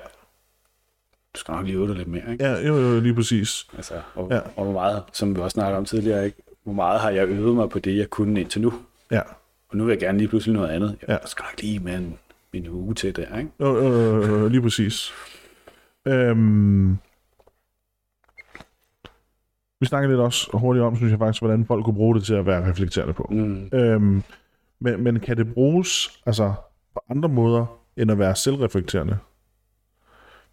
Speaker 2: Du skal nok lige øve dig lidt mere, ikke?
Speaker 1: Ja, jo, jo, lige præcis.
Speaker 2: Altså, og,
Speaker 1: Ja.
Speaker 2: ja. og hvor meget, som vi også snakkede om tidligere, ikke? hvor meget har jeg øvet mig på det, jeg kunne indtil nu?
Speaker 1: Ja.
Speaker 2: Og nu vil jeg gerne lige pludselig noget andet. Jeg
Speaker 1: Ja.
Speaker 2: ja. skal nok lige med en, en uge til der, ikke?
Speaker 1: Jo, jo, jo, jo, jo, lige præcis. Øhm, vi snakker lidt også hurtigt om, synes jeg faktisk, hvordan folk kunne bruge det til at være reflekterende på.
Speaker 2: Mm.
Speaker 1: Øhm, men, men kan det bruges altså, på andre måder, end at være selvreflekterende?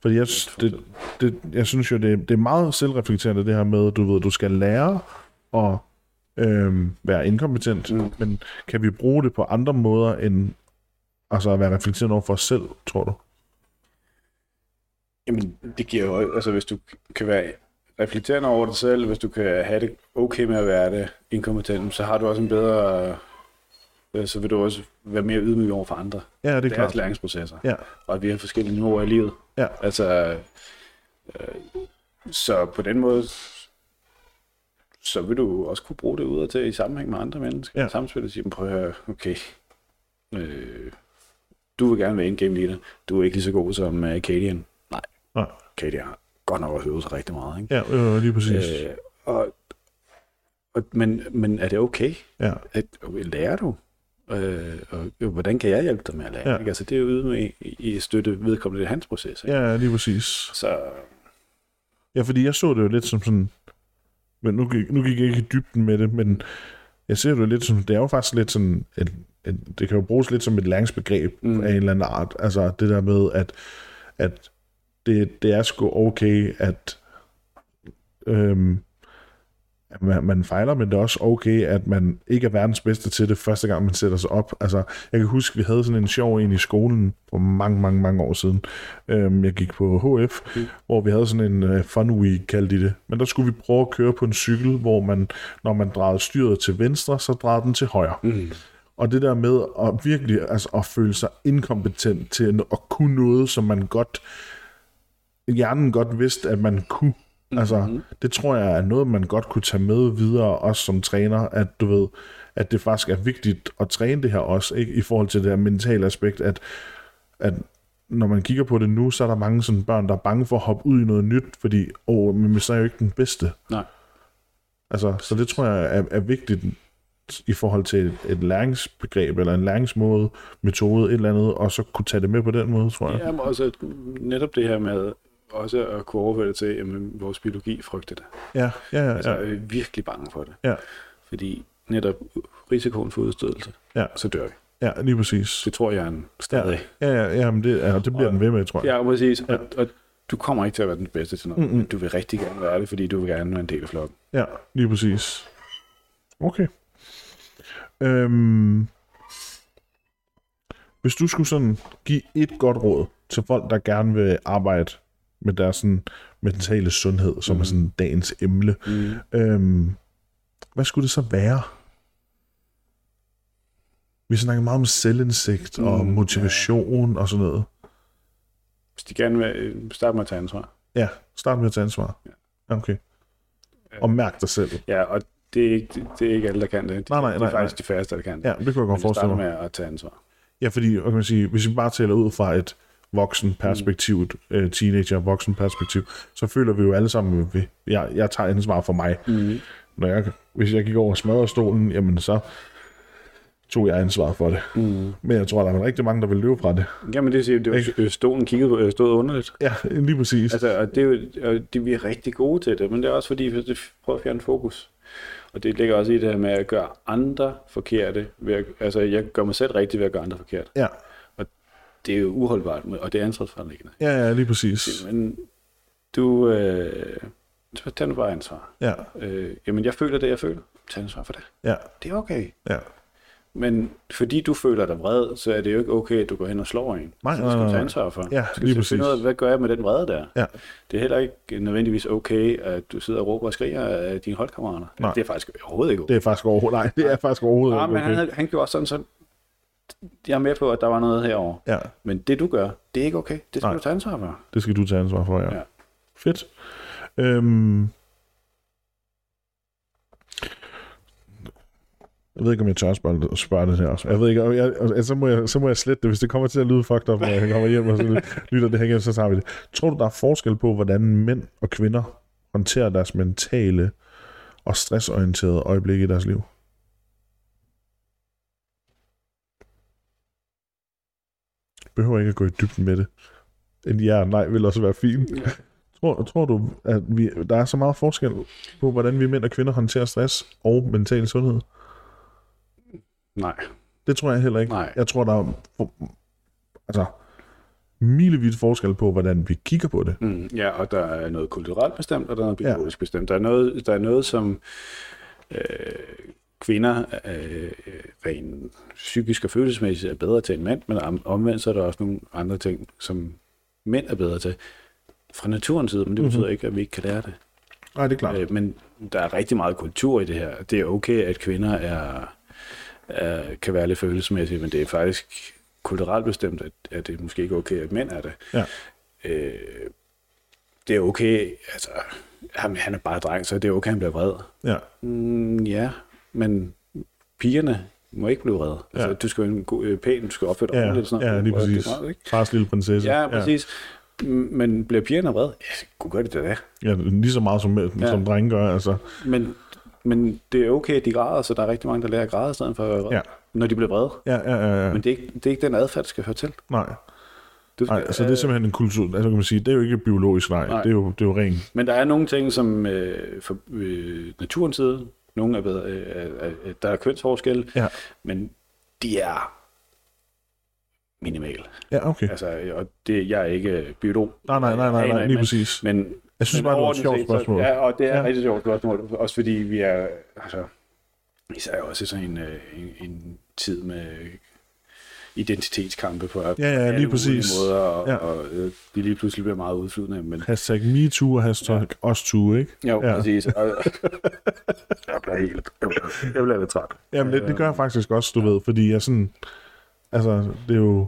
Speaker 1: Fordi jeg, s- det, det, jeg synes jo, det, det er meget selvreflekterende, det her med, du ved, du skal lære at øhm, være inkompetent, mm.
Speaker 2: Mm.
Speaker 1: men kan vi bruge det på andre måder, end altså at være reflekterende over for os selv, tror du?
Speaker 2: Jamen, det giver jo, altså hvis du kan være reflekterende over dig selv, hvis du kan have det okay med at være det inkompetent, så har du også en bedre, øh, så vil du også være mere ydmyg over for andre.
Speaker 1: Ja, det er
Speaker 2: Deres
Speaker 1: klart.
Speaker 2: læringsprocesser.
Speaker 1: Ja,
Speaker 2: Og at vi har forskellige niveauer i livet.
Speaker 1: ja,
Speaker 2: Altså, øh, så på den måde, så vil du også kunne bruge det ud til i sammenhæng med andre mennesker.
Speaker 1: Ja.
Speaker 2: Ja. Samspil og sige, "Men prøv at høre, okay, øh, du vil gerne være endgame leader. Du er ikke lige så god som uh, Kadian. Nej,
Speaker 1: nej,
Speaker 2: Katie har godt nok også øvet sig rigtig meget. Ikke?
Speaker 1: ja, øh, lige præcis.
Speaker 2: Øh, og, og, men, men er det okay?
Speaker 1: Ja,
Speaker 2: At, lærer du? Øh, og, jo, hvordan kan jeg hjælpe dig med at lære?
Speaker 1: Ja.
Speaker 2: Ja. Ikke? Altså, det er jo ude med i, i at støtte vedkommende i hans proces. Ikke?
Speaker 1: ja, lige præcis.
Speaker 2: Så
Speaker 1: Ja, fordi jeg så det jo lidt som sådan... Men nu, gik- nu gik jeg ikke i dybden med det, men jeg ser det jo lidt som... Det er jo faktisk lidt sådan... Et, et, det kan jo bruges lidt som et læringsbegreb mm.
Speaker 2: Mm.
Speaker 1: af en eller anden art. Altså det der med, at, at det, det er sgu okay, at, øhm, at man, man fejler, men det er også okay, at man ikke er verdens bedste til det første gang, man sætter sig op. Altså, jeg kan huske, vi havde sådan en sjov en i skolen for mange, mange, mange år siden. Øhm, jeg gik på HF, mm. hvor vi havde sådan en øh, fun week, kaldte de det. Men der skulle vi prøve at køre på en cykel, hvor man, når man drejede styret til venstre, så drejede den til højre. Mm. Og det der med at virkelig altså, at føle sig inkompetent til at kunne noget, som man godt hjernen godt vidste, at man kunne. Mm-hmm. Altså, det tror jeg er noget, man godt kunne tage med videre, også som træner, at du ved, at det faktisk er vigtigt at træne det her også, ikke? i forhold til det her mentale aspekt, at, at når man kigger på det nu, så er der mange sådan børn, der er bange for at hoppe ud i noget nyt, fordi, åh, men så er jeg jo ikke den bedste.
Speaker 2: Nej.
Speaker 1: Altså, så det tror jeg er, er vigtigt i forhold til et, et læringsbegreb, eller en læringsmåde, metode, et eller andet, og så kunne tage det med på den måde, tror jeg.
Speaker 2: Ja, men også netop det her med også at kunne overføre det til, at jamen, vores biologi frygter det.
Speaker 1: Ja, ja, ja.
Speaker 2: Altså,
Speaker 1: ja,
Speaker 2: er vi virkelig bange for det.
Speaker 1: ja.
Speaker 2: Fordi netop risikoen for udstødelse,
Speaker 1: Ja.
Speaker 2: så dør vi.
Speaker 1: Ja, lige præcis.
Speaker 2: Det tror jeg er en
Speaker 1: Ja,
Speaker 2: stadig.
Speaker 1: ja, ja, ja men det, ja, det bliver den ved med, tror jeg.
Speaker 2: Ja, præcis. Og, og du kommer ikke til at være den bedste til noget, mm-hmm. men du vil rigtig gerne være det, fordi du vil gerne være en del af flokken.
Speaker 1: Ja, lige præcis. Okay. Øhm, hvis du skulle sådan give et godt råd til folk, der gerne vil arbejde med deres sådan, mentale sundhed, som mm. er sådan dagens emne, mm. øhm, hvad skulle det så være? Vi snakker meget om selvindsigt mm, og
Speaker 2: Mm,
Speaker 1: motivation ja. og sådan noget.
Speaker 2: Hvis de gerne vil øh, starte med at tage ansvar.
Speaker 1: Ja, start med at tage ansvar. Ja. Okay. Og mærk dig selv.
Speaker 2: Ja, og det er ikke, det er ikke alle, der kan det. De,
Speaker 1: Nej, nej,
Speaker 2: det er
Speaker 1: nej,
Speaker 2: faktisk de færreste, der kan det.
Speaker 1: Ja, det kunne jeg godt
Speaker 2: men de
Speaker 1: forestille
Speaker 2: starter
Speaker 1: mig.
Speaker 2: med at tage ansvar.
Speaker 1: Ja, fordi hvad kan man sige, hvis vi bare taler ud fra et voksen perspektiv, mm. øh, teenager voksen perspektiv, så føler vi jo alle sammen, at vi- jeg, jeg tager ansvar for mig.
Speaker 2: Mhm.
Speaker 1: Mm. Når jeg, hvis jeg gik over smørrestolen, jamen så tog jeg ansvar for det.
Speaker 2: Mhm.
Speaker 1: Mm. Men jeg tror, der er rigtig mange, der vil løbe fra det.
Speaker 2: Jamen det siger, det var, øh, stolen kiggede på, øh, stod underligt.
Speaker 1: Ja, lige præcis. Altså,
Speaker 2: Altså, og det er jo, og de, vi er rigtig gode til det, men det er også fordi, vi prøver at fjerne fokus. Og det ligger også i det her med at gøre andre forkerte. Ved at, altså, jeg gør mig selv rigtig ved at gøre andre forkert.
Speaker 1: ja.
Speaker 2: Det er jo uholdbart, og det er ansvarsforlæggende.
Speaker 1: ja, ja, lige præcis.
Speaker 2: Men du, øh, så tag nu bare ansvar.
Speaker 1: Ja,
Speaker 2: Øh, jamen, jeg føler det, jeg føler. Tag ansvar for det.
Speaker 1: ja,
Speaker 2: Det er okay.
Speaker 1: ja,
Speaker 2: Men fordi du føler dig vred, så er det jo ikke okay, at du går hen og slår en.
Speaker 1: Nej, nej,
Speaker 2: Så det skal
Speaker 1: nej,
Speaker 2: du
Speaker 1: nej.
Speaker 2: tage ansvar for.
Speaker 1: Ja,
Speaker 2: Du skal
Speaker 1: lige
Speaker 2: selv Finde ud af,
Speaker 1: præcis.
Speaker 2: hvad gør jeg med den vrede der?
Speaker 1: Ja.
Speaker 2: Det er heller ikke nødvendigvis okay, at du sidder og råber og skriger af dine holdkammerater.
Speaker 1: Nej.
Speaker 2: Det er faktisk overhovedet ikke okay.
Speaker 1: Det er faktisk overhovedet, nej, det er faktisk overhovedet
Speaker 2: Ja,
Speaker 1: ikke
Speaker 2: men han,
Speaker 1: okay.
Speaker 2: havde- han gjorde også sådan, så jeg er med på, at der var noget herovre.
Speaker 1: Ja,
Speaker 2: Men det du gør, det er ikke okay. Det skal
Speaker 1: Nej.
Speaker 2: du tage ansvar for.
Speaker 1: det skal du tage ansvar for, ja.
Speaker 2: Ja.
Speaker 1: ja. Fedt. Øhm... Jeg ved ikke, om jeg tør spørge, spørge det her. Jeg ved ikke, og jeg, og, altså, så, må jeg, så må jeg slette det. Hvis det kommer til at lyde fucked up, når jeg kommer hjem og så lytter det her igen, så tager vi det. Tror du, der er forskel på, hvordan mænd og kvinder håndterer deres mentale og stressorienterede øjeblikke i deres liv? Behøver ikke at gå i dybden med det. En ja og nej vil også være fint.
Speaker 2: Ja.
Speaker 1: Tror, tror du, at vi, der er så meget forskel på, hvordan vi mænd og kvinder håndterer stress og mental sundhed?
Speaker 2: Nej.
Speaker 1: Det tror jeg heller ikke.
Speaker 2: Nej.
Speaker 1: Jeg tror, der er for- altså, milevidt forskel på, hvordan vi kigger på det.
Speaker 2: Mm, ja, og der er noget kulturelt bestemt, og der er noget biologisk ja. bestemt. Der er noget, der er noget som øh, kvinder øh, rent psykisk og følelsesmæssigt er bedre til end mænd, men om- omvendt så er der også nogle andre ting, som mænd er bedre til fra naturens side, men det betyder mm-hmm. ikke, at vi ikke kan lære det.
Speaker 1: Nej, det er klart.
Speaker 2: Øh, men der er rigtig meget kultur i det her. Det er okay, at kvinder er, er, kan være lidt følelsesmæssige, men det er faktisk kulturelt bestemt, at, at det måske ikke er okay, at mænd er det.
Speaker 1: Ja.
Speaker 2: Øh, det er okay, altså, jamen, han er bare dreng, så det er okay, han bliver vred.
Speaker 1: Ja.
Speaker 2: Mm, ja, men pigerne må ikke blive vrede. Altså,
Speaker 1: Ja.
Speaker 2: du skal være en god, øh, pæn, du skal opføre dig
Speaker 1: Ja,
Speaker 2: ordentligt. og sådan
Speaker 1: ja,
Speaker 2: noget.
Speaker 1: lige
Speaker 2: Det er
Speaker 1: præcis.
Speaker 2: meget, ikke?
Speaker 1: Fars lille prinsesse.
Speaker 2: Ja, præcis. Ja. Men bliver pigerne vrede? Ja, kunne gøre det da. da.
Speaker 1: Ja, lige så meget som, ja. som drenge gør, altså.
Speaker 2: Men, men det er okay, at de græder, så der er rigtig mange, der lærer at græde i stedet for at være vrede,
Speaker 1: Ja.
Speaker 2: når de bliver vrede.
Speaker 1: Ja, ja, ja, ja.
Speaker 2: Men det er, ikke, det er ikke den adfærd, der skal høre til.
Speaker 1: Nej.
Speaker 2: Du skal,
Speaker 1: Nej, altså det er simpelthen en kultur, altså kan man sige, det er jo ikke biologisk, nej.
Speaker 2: Nej.
Speaker 1: nej. Det, er jo, det er jo ren.
Speaker 2: Men der er nogle ting, som øh, for øh, naturens side, nogle er bedre, øh, er- er- der er kønsforskelle,
Speaker 1: Ja.
Speaker 2: men de er minimale.
Speaker 1: Ja, okay.
Speaker 2: Altså, og det, jeg er ikke øh, biolog.
Speaker 1: Nej, nej, nej, nej,
Speaker 2: Aner
Speaker 1: nej
Speaker 2: ikke,
Speaker 1: lige
Speaker 2: men-
Speaker 1: præcis.
Speaker 2: Men
Speaker 1: Jeg synes
Speaker 2: Men
Speaker 1: bare, det var et
Speaker 2: overordnet
Speaker 1: sjovt
Speaker 2: set,
Speaker 1: spørgsmål.
Speaker 2: Så, ja, og det er
Speaker 1: Ja.
Speaker 2: ja. rigtig sjovt spørgsmål, også fordi vi er, altså, især også i sådan en, øh, en, en tid med identitetskampe på ja,
Speaker 1: ja, lige præcis.
Speaker 2: måder, og,
Speaker 1: Ja.
Speaker 2: ja. og øh, de lige pludselig bliver meget udflydende, men
Speaker 1: Hashtag MeToo og hashtag ja. OsToo, ikke?
Speaker 2: jo,
Speaker 1: Ja.
Speaker 2: ja. præcis. Og, jeg bliver helt, jeg bliver, jeg bliver lidt træt.
Speaker 1: Jamen, det, det gør jeg faktisk også, du ved, fordi jeg sådan, altså, det er jo,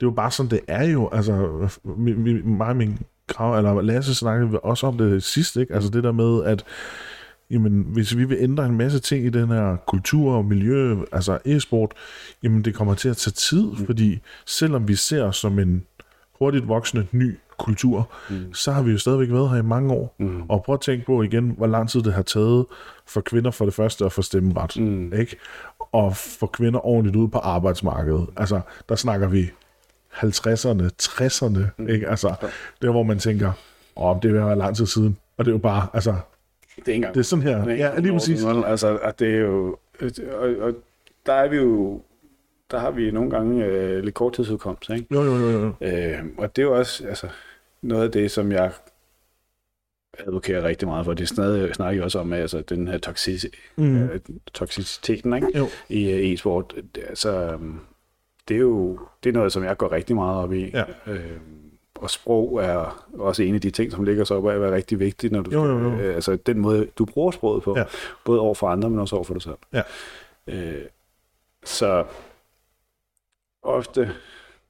Speaker 1: det er jo bare sådan, det er jo, altså, mi, mi, mig og min krav, eller Lasse snakkede også om det sidst, ikke? Altså det der med, at jamen, hvis vi vil ændre en masse ting i den her kultur og miljø, altså e-sport, jamen det kommer til at tage tid, mm. fordi selvom vi ser os som en hurtigt voksende ny kultur, mm. så har vi jo stadigvæk været her i mange år. Mm. Og prøv at tænke på igen, hvor lang tid det har taget for kvinder for det første at få stemmeret, mm. ikke? Og få kvinder ordentligt ud på arbejdsmarkedet. Altså, der snakker vi 50'erne, 60'erne, ikke? Altså, der hvor man tænker, åh, det vil være lang tid siden. Og det er jo bare, altså,
Speaker 2: Det er ikke engang
Speaker 1: det er sådan her.
Speaker 2: Ikke?
Speaker 1: Ja, lige præcis.
Speaker 2: Altså, at det er jo... Og, og der er vi jo... Der har vi nogle gange øh, lidt korttidsudkomst, ikke?
Speaker 1: Jo, jo, jo, jo.
Speaker 2: Øh, og det er jo også altså, noget af det, som jeg advokerer rigtig meget for. Det snakker, snakker jeg også om, altså den her toxic, mm. øh, toxiciteten ikke?
Speaker 1: Jo.
Speaker 2: i øh, e-sport. Det- Altså, øhm, det er jo det er noget, som jeg går rigtig meget op i.
Speaker 1: Ja.
Speaker 2: Øh, og sprog er også en af de ting, som ligger så op af at være rigtig vigtigt, når du
Speaker 1: Jo, jo, jo.
Speaker 2: Øh, altså den måde, du bruger sproget på,
Speaker 1: Ja.
Speaker 2: både over for andre, men også over for dig selv.
Speaker 1: Ja.
Speaker 2: Øh, så ofte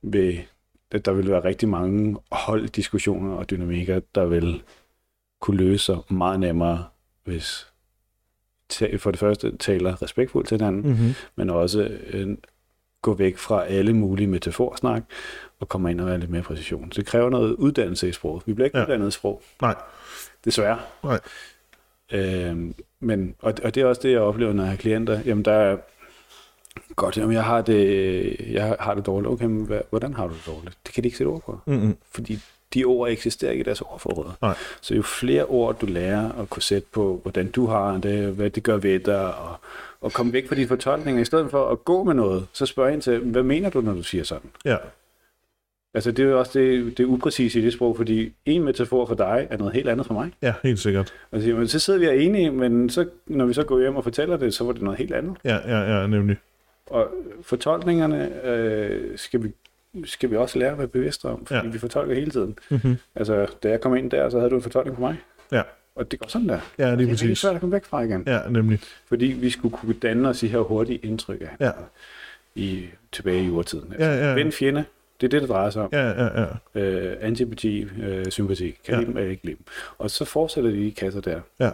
Speaker 2: vil at der vil være rigtig mange holddiskussioner og dynamikker, der vil kunne løse sig meget nemmere, hvis ta- for det første taler respektfuldt til hinanden, mm.
Speaker 1: Mm-hmm.
Speaker 2: men også øh, gå væk fra alle mulige metaforsnak og komme ind og være lidt mere præcision. Så det kræver noget uddannelse i sproget. Vi bliver ikke
Speaker 1: Ja.
Speaker 2: ja. uddannet i sprog,
Speaker 1: Nej,
Speaker 2: desværre.
Speaker 1: nej.
Speaker 2: Øhm, men, og, og det er også det, jeg oplever, når jeg har klienter. Jamen, der er godt, jamen, jeg har det, jeg har det dårligt. Okay, men hvad, hvordan har du det dårligt? Det kan de ikke sætte ord på.
Speaker 1: Mm-mm.
Speaker 2: Fordi de ord eksisterer ikke i deres ordforråd.
Speaker 1: Nej.
Speaker 2: Så jo flere ord, du lærer at kunne sætte på, hvordan du har det, hvad det gør ved dig, og, og komme væk fra dine fortolkninger, i stedet for at gå med noget, så spørg ind til, hvad mener du, når du siger sådan?
Speaker 1: Ja,
Speaker 2: Altså, det er jo også det, det upræcise i det sprog, fordi en metafor for dig er noget helt andet for mig.
Speaker 1: ja, helt sikkert.
Speaker 2: Og så, siger, men så sidder vi og er enige, men så, når vi så går hjem og fortæller det, så var det noget helt andet.
Speaker 1: Ja, ja, ja, nemlig.
Speaker 2: Og fortolkningerne øh, skal, vi, skal vi også lære at være bevidste om, fordi
Speaker 1: Ja.
Speaker 2: ja. vi fortolker hele tiden. Mm-hmm. Altså, da jeg kom ind der, så havde du en fortolkning på mig,
Speaker 1: Ja,
Speaker 2: og det går sådan der.
Speaker 1: Ja, lige
Speaker 2: det er
Speaker 1: præcis.
Speaker 2: rigtig svært at komme væk fra igen. Ja.
Speaker 1: ja nemlig.
Speaker 2: Fordi vi skulle kunne danne os de her hurtige indtryk af
Speaker 1: Ja.
Speaker 2: i, tilbage i urtiden.
Speaker 1: Ja, ja, ja.
Speaker 2: Ven fjende, det er det, det drejer sig om.
Speaker 1: Ja, ja, ja.
Speaker 2: Øh, antipati, øh, sympati. Kan
Speaker 1: Ja.
Speaker 2: ja. lide dem, eller ikke lide dem. Og så fortsætter de i kasser der.
Speaker 1: Ja,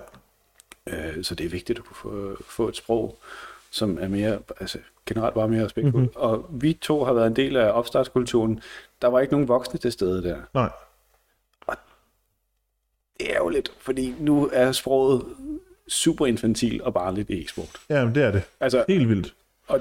Speaker 2: Øh, så det er vigtigt at kunne få, få et sprog, som er mere, altså generelt bare mere respektfuldt.
Speaker 1: Mhm.
Speaker 2: Mm-hmm. Og vi to har været en del af opstartskulturen. Der var ikke nogen voksne til stede der.
Speaker 1: nej.
Speaker 2: Det er jo lidt, fordi nu er sproget super infantil og bare lidt e-sport.
Speaker 1: Ja, men det er det.
Speaker 2: Altså,
Speaker 1: Helt vildt.
Speaker 2: og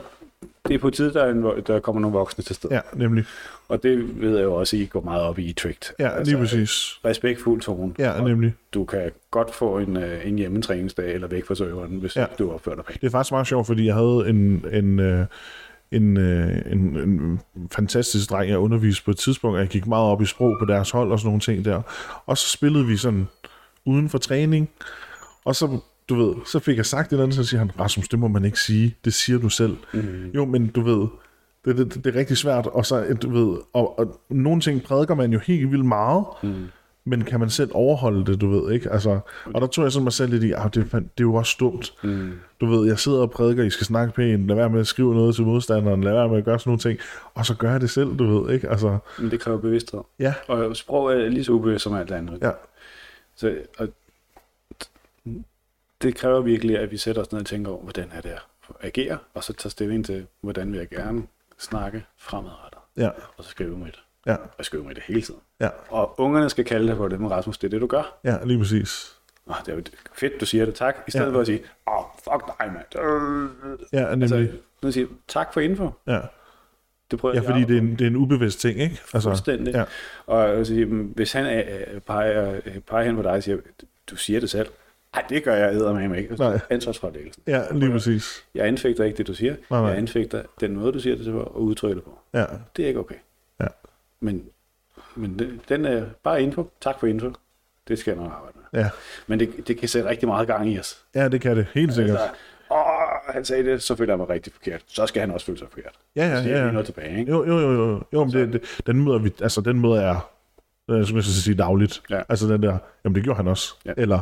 Speaker 2: det er på tide, der, er en, vo- der kommer nogle voksne til stede.
Speaker 1: Ja, nemlig.
Speaker 2: Og det ved jeg jo også, I går meget op i i Tricked.
Speaker 1: Ja,
Speaker 2: altså,
Speaker 1: lige præcis.
Speaker 2: Respektfuld tone.
Speaker 1: Ja,
Speaker 2: Og
Speaker 1: nemlig.
Speaker 2: du kan godt få en, øh, en hjemmetræningsdag eller væk fra serveren, hvis
Speaker 1: Ja.
Speaker 2: ja. du opfører dig pænt.
Speaker 1: Det er faktisk meget sjovt, fordi jeg havde en, en, øh, en, øh, en, en fantastisk dreng, jeg underviste på et tidspunkt, og jeg gik meget op i sprog på deres hold og sådan nogle ting der. Og så spillede vi sådan uden for træning, og så, du ved, så fik jeg sagt et eller andet, så siger han, Rasmus, det må man ikke sige, det siger du selv. Mm-hmm. Jo, men du ved, det, det, det er rigtig svært, og så, øh, du ved, og, og nogle ting prædiker man jo helt vildt meget, mm. men kan man selv overholde det, du ved, ikke? Altså, og der tog jeg sådan mig selv lidt i, "Au, det, er fan- det er jo også dumt. Mm. Du ved, jeg sidder og prædiker, I skal snakke pænt, lad være med at skrive noget til modstanderen, lad være med at gøre sådan nogle ting, og så gør jeg det selv, du ved, ikke? Altså,
Speaker 2: Men det kræver bevidsthed.
Speaker 1: ja,
Speaker 2: Og sprog er lige så ubevidst som alt andet.
Speaker 1: ja,
Speaker 2: Så, og det kræver virkelig, at vi sætter os ned og tænker over, hvordan er det at agere, og så tager stilling til, hvordan vil jeg gerne snakke fremadrettet.
Speaker 1: ja,
Speaker 2: Og så skrive med det.
Speaker 1: ja,
Speaker 2: Og skrive med det hele tiden.
Speaker 1: ja,
Speaker 2: Og ungerne skal kalde dig på det, men Rasmus, det er det, du gør.
Speaker 1: ja, lige præcis.
Speaker 2: Åh, det er jo fedt, du siger det, tak. I stedet
Speaker 1: Ja.
Speaker 2: ja. for at sige, åh, oh, fuck dig, mand. Øh.
Speaker 1: Ja, nemlig.
Speaker 2: Altså, nu siger jeg, tak for info.
Speaker 1: ja.
Speaker 2: Det prøver
Speaker 1: ja,
Speaker 2: jeg
Speaker 1: fordi
Speaker 2: at-
Speaker 1: det er, en, det er en ubevidst ting, ikke? Altså,
Speaker 2: Fuldstændig.
Speaker 1: Ja,
Speaker 2: Og jeg vil sige, "Mm, hvis han øh, øh, peger, øh, peger hen på dig og siger, du siger det selv. Nej, det gør jeg eddermame ikke.
Speaker 1: Nej.
Speaker 2: Ansvarsfordelsen.
Speaker 1: ja, lige præcis.
Speaker 2: Jeg anfægter ikke det, du siger.
Speaker 1: Nej, nej.
Speaker 2: Jeg anfægter den måde, du siger det til på, og udtrykker det på.
Speaker 1: Ja,
Speaker 2: Det er ikke okay.
Speaker 1: ja,
Speaker 2: Men, men den, den er bare info. Tak for info. Det skal jeg nok arbejde med.
Speaker 1: ja.
Speaker 2: Men det, det kan sætte rigtig meget gang i os.
Speaker 1: Ja, det kan det, helt sikkert.
Speaker 2: Så, åh, han sagde det, så føler jeg mig rigtig forkert. Så skal han også føle sig forkert.
Speaker 1: Ja, ja,
Speaker 2: så siger
Speaker 1: ja,
Speaker 2: vi
Speaker 1: ja.
Speaker 2: noget tilbage, ikke?
Speaker 1: Jo, jo, jo, jo. jo men det, det, den møder vi, altså den møder jeg, øh, som jeg skal sige, dagligt.
Speaker 2: Ja.
Speaker 1: Altså den der, jamen det gjorde han også.
Speaker 2: Ja.
Speaker 1: Eller,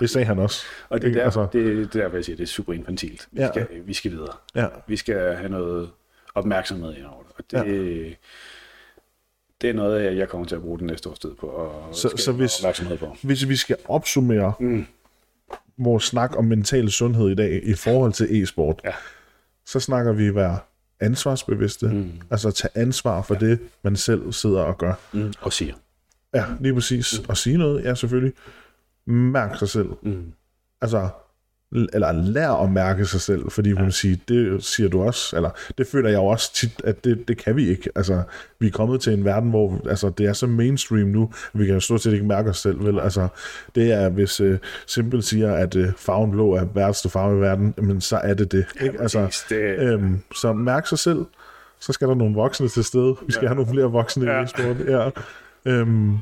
Speaker 1: det sagde han også.
Speaker 2: Og det er
Speaker 1: Ikke?
Speaker 2: der,
Speaker 1: altså,
Speaker 2: det, er der vil jeg sige, det er super infantilt. Vi,
Speaker 1: Ja.
Speaker 2: skal, vi skal videre.
Speaker 1: Ja,
Speaker 2: Vi skal have noget opmærksomhed ind over det. Og det, ja. det er noget, jeg- jeg kommer til at bruge den næste års tid på. Og
Speaker 1: Så-
Speaker 2: skal
Speaker 1: så
Speaker 2: have
Speaker 1: hvis-
Speaker 2: opmærksomhed på.
Speaker 1: hvis vi skal opsummere mm. vores snak om mental sundhed i dag i forhold til e-sport,
Speaker 2: Ja.
Speaker 1: så snakker vi at være ansvarsbevidste. Mm. Altså at tage ansvar for ja. det, man selv sidder og gør.
Speaker 2: Mm. Og siger.
Speaker 1: Ja, lige præcis. Og sige noget, ja selvfølgelig. Mærk sig selv.
Speaker 2: Mm.
Speaker 1: altså, l- eller lær at mærke sig selv, fordi man siger, det siger du også, eller det føler jeg jo også tit, at det, det kan vi ikke. Altså, vi er kommet til en verden, hvor altså, det er så mainstream nu, at vi kan jo stort set ikke mærke os selv, vel? Altså, det er, hvis uh, Simple siger, at uh, farven blå er værste farve i verden, men så er det det, ikke? Altså,
Speaker 2: præcis. Det-
Speaker 1: øhm, så mærk sig selv, så skal der nogle voksne til stede. Vi skal ja. have nogle flere voksne ja. i e-sport. Ja. Øhm,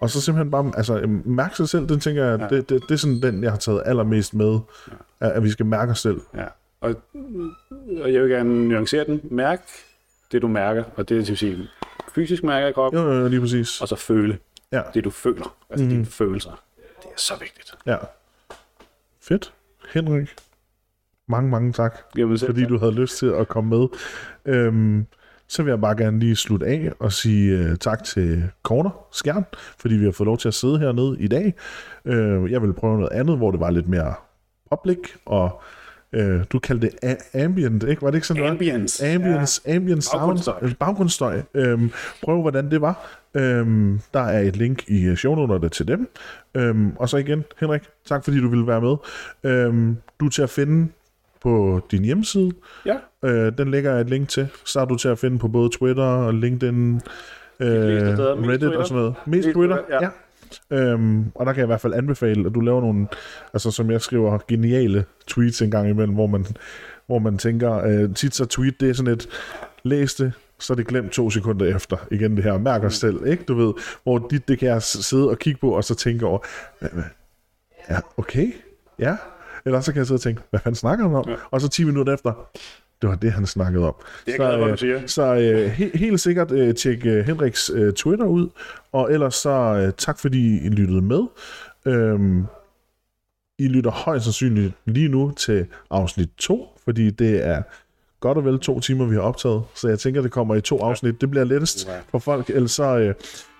Speaker 1: og så simpelthen bare, altså øhm, mærke sig selv, den tænker jeg, ja. det, det, det er sådan den, jeg har taget allermest med, at, at vi skal mærke os selv.
Speaker 2: Ja. Og, og jeg vil gerne nuancere den. Mærk det, du mærker. Og det vil sige, fysisk mærker i kroppen,
Speaker 1: Jo, jo, jo, lige præcis.
Speaker 2: og så føle
Speaker 1: Ja,
Speaker 2: det, du føler. Altså
Speaker 1: Mhm.
Speaker 2: mm. dine følelser. Det er så vigtigt.
Speaker 1: ja. Fedt. Henrik, mange, mange tak,
Speaker 2: Jamen, selv
Speaker 1: fordi
Speaker 2: tak.
Speaker 1: du havde lyst til at komme med. Øhm, så vil jeg bare gerne lige slutte af og sige øh, tak til Corner Skjern, fordi vi har fået lov til at sidde hernede i dag. Øh, jeg vil prøve noget andet, hvor det var lidt mere public, og øh, du kaldte det a- ambient, ikke? Var det ikke sådan, det var?
Speaker 2: Ambience.
Speaker 1: Ambience, ja. ambience
Speaker 2: Baggrundsstøj.
Speaker 1: sound, øh, baggrundsstøj. Øhm, prøv, hvordan det var. Øhm, der er et link i øh, shownoterne til dem. Øhm, og så igen, Henrik, tak fordi du ville være med. Øhm, du er til at finde på din hjemmeside.
Speaker 2: Ja.
Speaker 1: Øh, den lægger jeg et link til. Så er du til at finde på både Twitter og LinkedIn, øh,
Speaker 2: fleste steder. Mest
Speaker 1: Reddit
Speaker 2: Twitter.
Speaker 1: og sådan noget. Mest
Speaker 2: Mest
Speaker 1: Twitter,
Speaker 2: Twitter,
Speaker 1: ja.
Speaker 2: ja.
Speaker 1: ja. Øhm, og der kan jeg i hvert fald anbefale, at du laver nogle, altså som jeg skriver, geniale tweets en gang imellem, hvor man, hvor man tænker, øh, tit så tweet, det er sådan et, læs det, så er det glemt to sekunder efter. Igen det her, mærk
Speaker 2: Mm.
Speaker 1: os selv, ikke? Du ved, hvor dit, det kan jeg s- sidde og kigge på, og så tænke over, "Hva- hva- ja, okay, ja. Eller så kan jeg sidde og tænke, hvad fanden snakker han om? Ja. Og så 10 minutter efter, Det var det, han snakkede om.
Speaker 2: Det er jeg glad for,
Speaker 1: øh,
Speaker 2: du siger.
Speaker 1: Så øh, he- helt sikkert øh, tjek øh, Henriks øh, Twitter ud, og ellers så øh, tak, fordi I lyttede med. Øhm, I lytter højst sandsynligt lige nu til afsnit 2, fordi det er godt og vel to timer, vi har optaget, så jeg tænker, det kommer i to afsnit. Det bliver lettest
Speaker 2: Ja.
Speaker 1: for folk, ellers så, øh,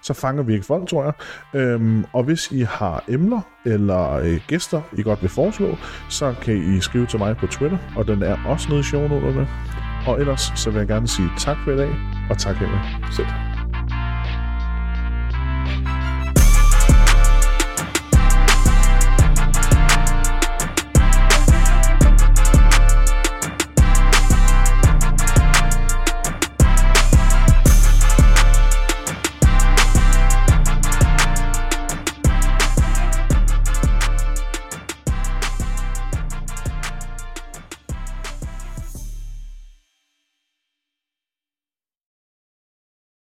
Speaker 1: så fanger vi ikke folk, tror jeg. Øhm, og hvis I har emner eller øh, gæster, I godt vil foreslå, så kan I skrive til mig på Twitter, og den er også nede i shownoterne. Og ellers så vil jeg gerne sige tak for i dag, og tak Henrik.
Speaker 2: Selv tak.